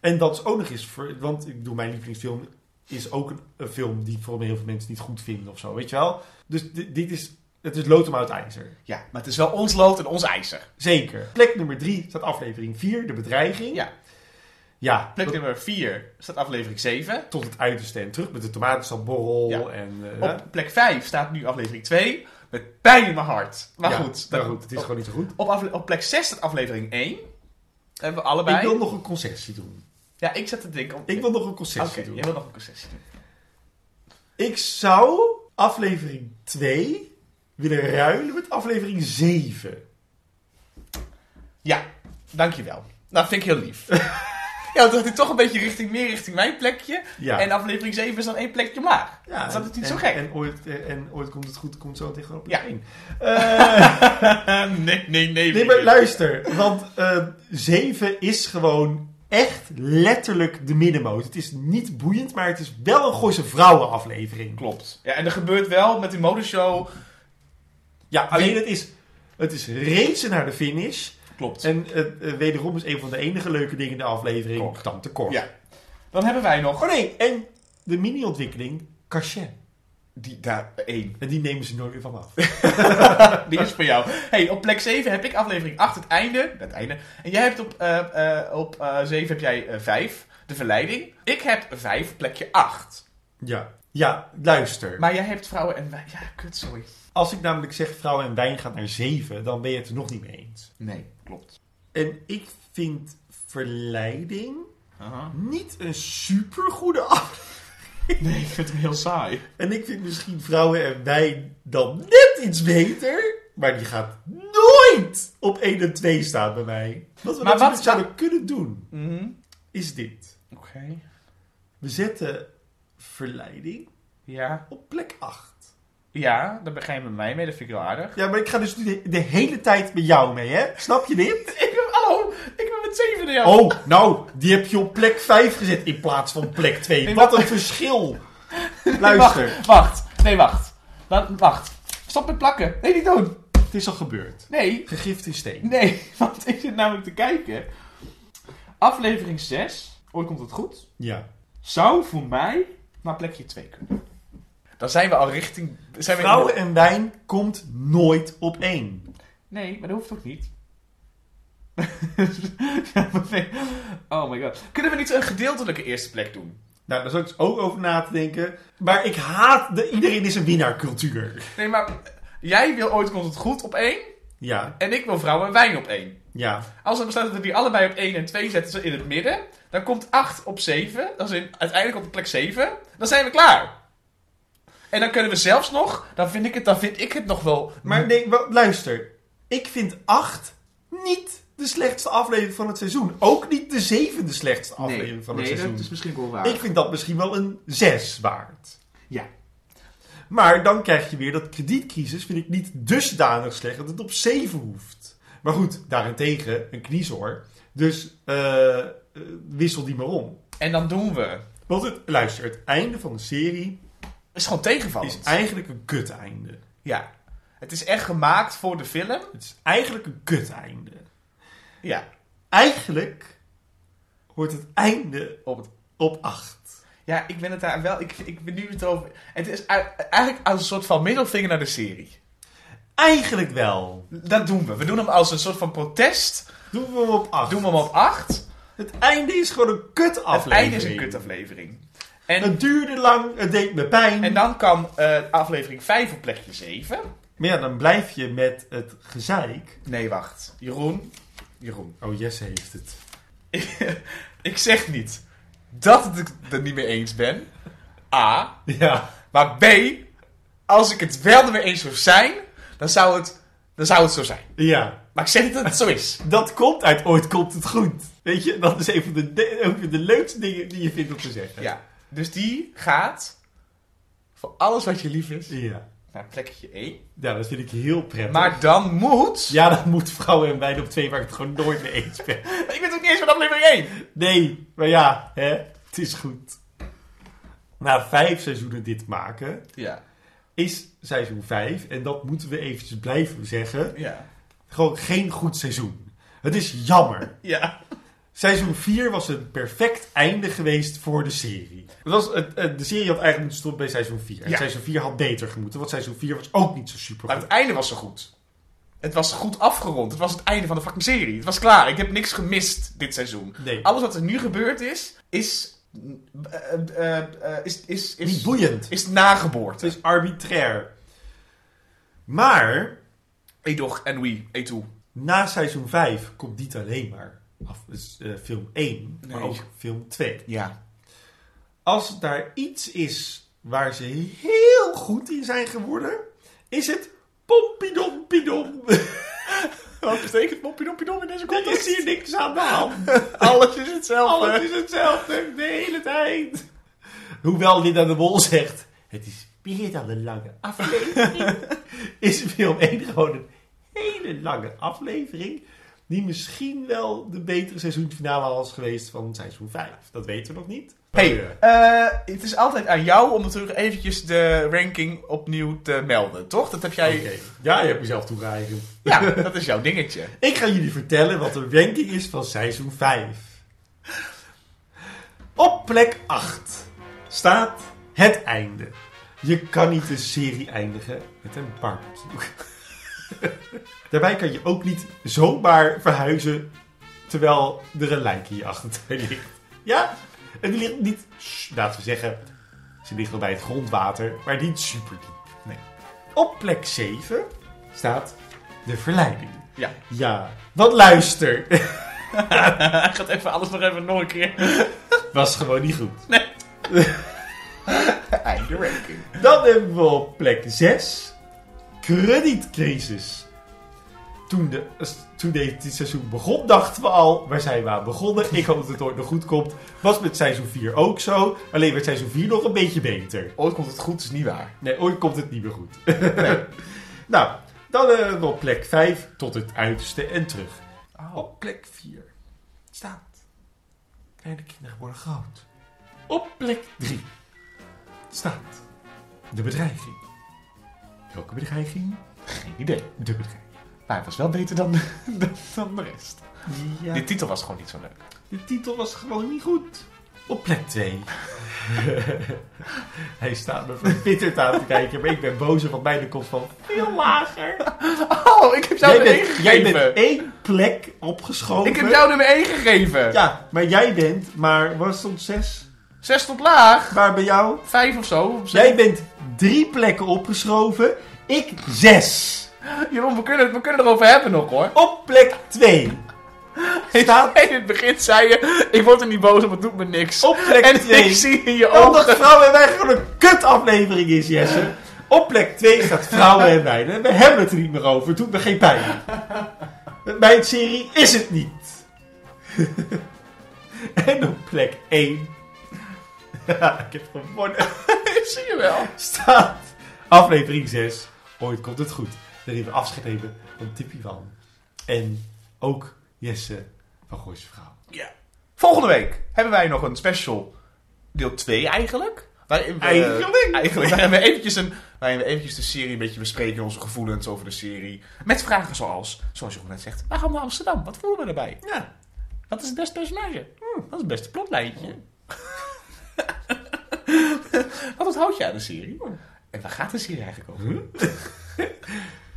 [SPEAKER 1] En dat is ook nog eens, ver- want ik doe mijn lievelingsfilm is ook een, een film die voor heel veel mensen niet goed vinden of zo, weet je wel? Dus di- dit is, het is lood om uit ijzer.
[SPEAKER 2] ja, maar het is wel ons lood en ons ijzer.
[SPEAKER 1] Zeker. Plek nummer drie staat aflevering 4, de bedreiging.
[SPEAKER 2] Ja.
[SPEAKER 1] Ja,
[SPEAKER 2] Plek nummer 4 staat aflevering 7.
[SPEAKER 1] tot het uiterste en terug met de tomatensapborrel
[SPEAKER 2] Ja.
[SPEAKER 1] en... eh,
[SPEAKER 2] Op plek 5 staat nu aflevering 2. Met pijn in mijn hart. Maar
[SPEAKER 1] ja,
[SPEAKER 2] goed,
[SPEAKER 1] maar
[SPEAKER 2] dat-
[SPEAKER 1] goed, het is
[SPEAKER 2] op-
[SPEAKER 1] gewoon niet zo goed.
[SPEAKER 2] Op, afle- op plek 6 staat aflevering 1. Hebben we allebei.
[SPEAKER 1] Ik wil nog een concessie doen.
[SPEAKER 2] Ja, ik zat te denken. Om...
[SPEAKER 1] Ik wil nog een
[SPEAKER 2] Oké,
[SPEAKER 1] concessie doen.
[SPEAKER 2] jij wil nog een concessie doen.
[SPEAKER 1] Ik zou aflevering 2 willen ruilen met aflevering 7.
[SPEAKER 2] Ja, dankjewel. Nou, vind ik heel lief. ja, want dat gaat toch een beetje richting, meer richting mijn plekje.
[SPEAKER 1] Ja.
[SPEAKER 2] En aflevering 7 is dan één plekje laag.
[SPEAKER 1] ja,
[SPEAKER 2] dat is altijd niet
[SPEAKER 1] en-
[SPEAKER 2] zo gek.
[SPEAKER 1] En ooit, eh, en ooit komt het goed, komt zo tegenop.
[SPEAKER 2] Ja.
[SPEAKER 1] één. Eh,
[SPEAKER 2] nee, nee, nee.
[SPEAKER 1] nee, maar luister. Want eh 7 is gewoon echt letterlijk de middenmoot. Het is niet boeiend, maar het is wel een Gooise vrouwenaflevering.
[SPEAKER 2] Klopt. Ja, en er gebeurt wel met die modeshow.
[SPEAKER 1] Ja, alleen het is, het is racen naar de finish.
[SPEAKER 2] Klopt.
[SPEAKER 1] En eh, eh, wederom is een van de enige leuke dingen in de aflevering
[SPEAKER 2] Kok.
[SPEAKER 1] Tante Kok.
[SPEAKER 2] Ja. Dan hebben wij nog.
[SPEAKER 1] Oh nee, en de mini-ontwikkeling Cachet.
[SPEAKER 2] Die, daar, één.
[SPEAKER 1] En die nemen ze nooit meer van af.
[SPEAKER 2] Die is voor jou. hey, op plek 7 heb ik aflevering 8, het einde. Het einde. En jij hebt op, eh, eh, op eh, 7 heb jij eh, 5, de verleiding. Ik heb 5, plekje 8.
[SPEAKER 1] Ja. Ja, luister.
[SPEAKER 2] Maar jij hebt vrouwen en wij. Ja, kut, sorry.
[SPEAKER 1] Als ik namelijk zeg vrouwen en wijn gaat naar zeven, dan ben je het er nog niet mee eens.
[SPEAKER 2] Nee, klopt.
[SPEAKER 1] En ik vind verleiding niet een supergoede af.
[SPEAKER 2] Nee, ik vind hem heel saai.
[SPEAKER 1] En ik vind misschien vrouwen en wijn dan net iets beter. Maar die gaat nooit op 1 en 2 staan bij mij. Wat Mhm. we
[SPEAKER 2] Maar
[SPEAKER 1] natuurlijk
[SPEAKER 2] wat-
[SPEAKER 1] zouden kunnen doen, is dit.
[SPEAKER 2] Oké.
[SPEAKER 1] We zetten verleiding
[SPEAKER 2] Ja.
[SPEAKER 1] op plek 8.
[SPEAKER 2] ja, daar begrijp je mij mee, dat vind ik heel aardig.
[SPEAKER 1] Ja, maar ik ga dus nu de, de hele tijd met jou mee, hè? Snap je dit?
[SPEAKER 2] Ik heb, hallo, ik ben met 7 jaar.
[SPEAKER 1] Oh, nou, die heb je op plek 5 gezet in plaats van plek 2.
[SPEAKER 2] Nee,
[SPEAKER 1] Wat een verschil.
[SPEAKER 2] Nee,
[SPEAKER 1] Luister,
[SPEAKER 2] Wacht, wacht. Nee, wacht. Laat- wacht. Stop met plakken. Nee, niet doen.
[SPEAKER 1] het is al gebeurd.
[SPEAKER 2] Nee,
[SPEAKER 1] Gegift in steen.
[SPEAKER 2] nee. Want ik zit namelijk te kijken. Aflevering 6. Ooit komt het goed.
[SPEAKER 1] Ja.
[SPEAKER 2] Zou voor mij naar plekje 2 kunnen. Dan zijn we al richting... Zijn
[SPEAKER 1] Vrouwen en wijn komt nooit op 1.
[SPEAKER 2] Nee, maar dat hoeft ook niet. oh my god. Kunnen we niet een gedeeltelijke eerste plek doen?
[SPEAKER 1] Nou, daar zou ik dus ook over na te denken. Maar ik haat de iedereen is een winnaar cultuur.
[SPEAKER 2] Nee, maar eh, jij wil ooit komt het goed op 1.
[SPEAKER 1] Ja,
[SPEAKER 2] En ik wil vrouwen en wijn op 1.
[SPEAKER 1] ja.
[SPEAKER 2] Als we besluiten dat we die allebei op 1 en 2 zetten ze in het midden, dan komt 8 op 7. Dat is in, uiteindelijk op de plek 7. Dan zijn we klaar. En dan kunnen we zelfs nog, dan vind ik het, dan vind ik het nog wel.
[SPEAKER 1] Maar nee, wa- luister. Ik vind 8 niet de slechtste aflevering van het seizoen. Ook niet de zevende slechtste aflevering van het seizoen.
[SPEAKER 2] misschien wel waar.
[SPEAKER 1] Ik vind dat misschien wel een 6 waard.
[SPEAKER 2] Ja.
[SPEAKER 1] Maar dan krijg je weer dat kredietcrisis vind ik niet dusdanig slecht dat het op 7 hoeft. Maar goed, daarentegen een kniezoor. Dus eh, eh, wissel die maar om.
[SPEAKER 2] En dan doen we.
[SPEAKER 1] Want het, luister, het einde van de serie
[SPEAKER 2] Is gewoon tegenvallend.
[SPEAKER 1] is eigenlijk een kut einde.
[SPEAKER 2] Ja. Het is echt gemaakt voor de film.
[SPEAKER 1] Het is eigenlijk een kut einde.
[SPEAKER 2] Ja.
[SPEAKER 1] Eigenlijk hoort het einde
[SPEAKER 2] Op het
[SPEAKER 1] op 8.
[SPEAKER 2] Ja, ik ben het daar wel. Ik, ik ben nu het over. Het is u- eigenlijk als een soort van middelvinger naar de serie.
[SPEAKER 1] Eigenlijk wel.
[SPEAKER 2] Dat doen we. We doen hem als een soort van protest.
[SPEAKER 1] Doen we hem op 8.
[SPEAKER 2] Doen we hem op 8.
[SPEAKER 1] Het einde is gewoon een kut aflevering.
[SPEAKER 2] Het einde is een kutaflevering. En,
[SPEAKER 1] Het duurde lang, het deed me pijn.
[SPEAKER 2] en dan kan eh, aflevering 5 op plekje 7.
[SPEAKER 1] Maar ja, dan blijf je met het gezeik.
[SPEAKER 2] Nee, wacht. Jeroen. Jeroen.
[SPEAKER 1] Oh, Jesse heeft het.
[SPEAKER 2] ik zeg niet dat ik het er niet mee eens ben. A.
[SPEAKER 1] Ja.
[SPEAKER 2] Maar B. Als ik het wel ermee eens zou zijn, dan zou het, dan zou het zo zijn.
[SPEAKER 1] Ja.
[SPEAKER 2] Maar ik zeg niet dat het zo is.
[SPEAKER 1] Dat komt uit ooit komt het goed. Weet je, dat is een van de, de, een van de leukste dingen die je vindt om te zeggen.
[SPEAKER 2] Ja. Dus die gaat voor alles wat je lief is
[SPEAKER 1] Ja.
[SPEAKER 2] naar plekje 1.
[SPEAKER 1] Ja, dat vind ik heel prettig.
[SPEAKER 2] Maar dan moet...
[SPEAKER 1] Ja, dan moet vrouwen en wijn op twee waar ik het gewoon nooit mee eens ben.
[SPEAKER 2] Ik ben het ook niet eens van aflevering 1.
[SPEAKER 1] Nee, maar ja, hè, het is goed. Na vijf seizoenen dit maken,
[SPEAKER 2] Ja.
[SPEAKER 1] is seizoen vijf, en dat moeten we eventjes blijven zeggen,
[SPEAKER 2] Ja.
[SPEAKER 1] gewoon geen goed seizoen. Het is jammer.
[SPEAKER 2] Ja.
[SPEAKER 1] Seizoen 4 was een perfect einde geweest voor de serie. Het was, het- het- de serie had eigenlijk moeten stoppen bij seizoen 4. En
[SPEAKER 2] Ja.
[SPEAKER 1] seizoen 4 had beter gemoeten, want seizoen 4 was ook niet zo super
[SPEAKER 2] Maar het einde was zo goed. Het was goed afgerond. Het was het einde van de fucking serie. Het was klaar. Ik heb niks gemist dit seizoen.
[SPEAKER 1] Nee.
[SPEAKER 2] Alles wat er nu gebeurd is, is... eh, eh, eh, is, is,
[SPEAKER 1] Niet
[SPEAKER 2] is,
[SPEAKER 1] boeiend.
[SPEAKER 2] is nageboorte.
[SPEAKER 1] Het is arbitrair. Maar
[SPEAKER 2] Edog en wie, E2.
[SPEAKER 1] na seizoen 5 komt niet alleen maar af, dus, eh, film 1, maar
[SPEAKER 2] Nee.
[SPEAKER 1] ook film 2.
[SPEAKER 2] Ja.
[SPEAKER 1] Als daar iets is waar ze heel goed in zijn geworden, is het pompidompidom.
[SPEAKER 2] Wat betekent Moppie Doppie Dom in deze
[SPEAKER 1] Er is hier niks aan de hand.
[SPEAKER 2] Alles is hetzelfde.
[SPEAKER 1] Alles is hetzelfde de hele tijd. Hoewel Linda de Mol zegt, het is meer dan een lange aflevering, is film 1 gewoon een hele lange aflevering. Die misschien wel de betere seizoensfinale was geweest van seizoen 5. Dat weten we nog niet.
[SPEAKER 2] Hey, eh, het is altijd aan jou om natuurlijk eventjes de ranking opnieuw te melden, toch? Dat heb jij...
[SPEAKER 1] Oké. Ja, je hebt mezelf toegeëigend.
[SPEAKER 2] Ja, dat is jouw dingetje.
[SPEAKER 1] Ik ga jullie vertellen wat de ranking is van seizoen 5. Op plek 8 staat het einde. Je kan niet een serie eindigen met een barbecue. Daarbij kan je ook niet zomaar verhuizen terwijl er een lijk in je achtertuin ligt. Ja, en die ligt niet, shh, laten we zeggen, ze ligt wel bij het grondwater, maar niet super diep. Nee. Op plek 7 staat de verleiding.
[SPEAKER 2] Ja.
[SPEAKER 1] Ja, dat luister.
[SPEAKER 2] Hij gaat even alles nog even nog een keer.
[SPEAKER 1] Was gewoon niet goed.
[SPEAKER 2] Einde ranking.
[SPEAKER 1] Dan hebben we op plek 6. Kredietcrisis. Toen, de, eh, toen dit seizoen begon, dachten we al, waar zijn we aan begonnen? Ik hoop dat het ooit nog goed komt. Was met seizoen 4 ook zo. Alleen werd seizoen 4 nog een beetje beter.
[SPEAKER 2] Ooit komt het goed, is niet waar.
[SPEAKER 1] Nee, ooit komt het niet meer goed. nou, dan hebben we op plek 5 tot het uiterste en terug. Op plek 4 staat kleine kinderen worden groot. Op plek 3 staat de bedreiging. Welke bedreiging?
[SPEAKER 2] Geen idee.
[SPEAKER 1] De bedreiging.
[SPEAKER 2] Maar het was wel beter dan, dan, dan de rest.
[SPEAKER 1] Ja.
[SPEAKER 2] Die titel was gewoon niet zo leuk.
[SPEAKER 1] De titel was gewoon niet goed. Op plek 2. Hij staat me verbitterd aan te kijken, maar ik ben boos, want mijn komt van veel lager.
[SPEAKER 2] Oh, ik heb jou
[SPEAKER 1] Jij
[SPEAKER 2] nummer 1
[SPEAKER 1] bent, jij bent
[SPEAKER 2] gegeven.
[SPEAKER 1] één plek opgeschoven.
[SPEAKER 2] Ik heb jou nummer 1 gegeven.
[SPEAKER 1] Ja, maar jij bent, maar waar stond zes?
[SPEAKER 2] Zes tot laag.
[SPEAKER 1] Waar bij jou?
[SPEAKER 2] Vijf of zo. Of zo.
[SPEAKER 1] Jij bent drie plekken opgeschoven, ik zes.
[SPEAKER 2] Jeroen, we kunnen, het- we kunnen het erover hebben nog hoor.
[SPEAKER 1] Op plek twee. Staat
[SPEAKER 2] In het begin zei je, ik word er niet boos om, het doet me niks.
[SPEAKER 1] op plek
[SPEAKER 2] en
[SPEAKER 1] twee.
[SPEAKER 2] ik zie in je
[SPEAKER 1] Omdat
[SPEAKER 2] ogen...
[SPEAKER 1] Vrouwen en Wij gewoon een kutaflevering is, Jesse. Op plek 2 staat Vrouwen en Wij. We hebben het er niet meer over. Het doet me geen pijn. Mijn serie is het niet. En op plek 1... Ik heb gewonnen.
[SPEAKER 2] zie je wel.
[SPEAKER 1] Staat aflevering 6. Ooit komt het goed. Daar hebben we afscheid nemen van Tippy van. En ook Jesse van Gooise Vrouw.
[SPEAKER 2] Ja. Volgende week hebben wij nog een special deel 2 eigenlijk. Waarin we,
[SPEAKER 1] Eigenlijk?
[SPEAKER 2] Eigenlijk. Waarin we, eventjes een, waarin we eventjes de serie een beetje bespreken, onze gevoelens over de serie. Met vragen zoals, zoals Jeroen net zegt, waar gaan we naar Amsterdam? Wat voelen we erbij?
[SPEAKER 1] Ja.
[SPEAKER 2] Wat is het beste personage? Hm,
[SPEAKER 1] Hmm.
[SPEAKER 2] dat is het beste plotlijntje. Wat onthoud je aan de serie?
[SPEAKER 1] Hmm.
[SPEAKER 2] En waar gaat de serie eigenlijk over?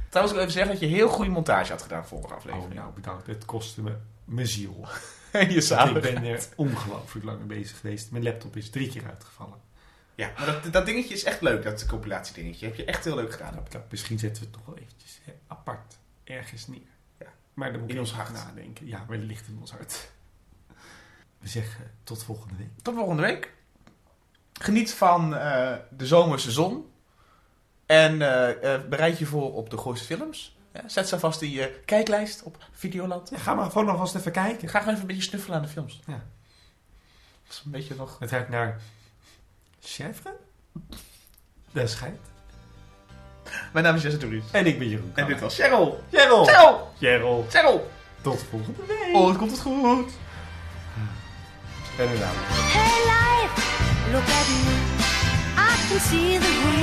[SPEAKER 2] Trouwens, ik wil even zeggen dat je heel goede montage had gedaan vorige
[SPEAKER 1] Oh,
[SPEAKER 2] aflevering.
[SPEAKER 1] nou bedankt. Het kostte me mijn ziel.
[SPEAKER 2] En
[SPEAKER 1] Oh,
[SPEAKER 2] je
[SPEAKER 1] ik
[SPEAKER 2] samen.
[SPEAKER 1] ben er ongelooflijk lang mee bezig geweest. Mijn laptop is drie keer uitgevallen.
[SPEAKER 2] Ja, maar dat, dat dingetje is echt leuk, dat compilatiedingetje. Heb je echt heel leuk gedaan.
[SPEAKER 1] Nou, misschien zetten we het toch wel eventjes hè, apart ergens neer.
[SPEAKER 2] Ja.
[SPEAKER 1] Maar dan moet
[SPEAKER 2] In
[SPEAKER 1] ik
[SPEAKER 2] ons
[SPEAKER 1] even
[SPEAKER 2] hart.
[SPEAKER 1] nadenken. Ja, wellicht in ons hart. We zeggen tot volgende week.
[SPEAKER 2] Tot volgende week. Geniet van eh, de zomerse zon. En eh, eh, bereid je voor op de Gooise films. Eh, Zet ze vast in je kijklijst op Videoland.
[SPEAKER 1] Ja, ga maar gewoon alvast even kijken.
[SPEAKER 2] Ga gewoon even een beetje snuffelen aan de films.
[SPEAKER 1] Ja.
[SPEAKER 2] Dat is een beetje nog...
[SPEAKER 1] Het ruikt naar... Chèvre? Dat schijnt.
[SPEAKER 2] Mijn naam is Jesse Doeries.
[SPEAKER 1] En ik ben Jeroen
[SPEAKER 2] En
[SPEAKER 1] Kammer.
[SPEAKER 2] dit was Cheryl.
[SPEAKER 1] Jeroen!
[SPEAKER 2] Cheryl!
[SPEAKER 1] Jeroen,
[SPEAKER 2] Cheryl!
[SPEAKER 1] tot de volgende week.
[SPEAKER 2] Oh, het komt het goed.
[SPEAKER 1] En een avond.
[SPEAKER 3] Hey life, look at me. I can see the real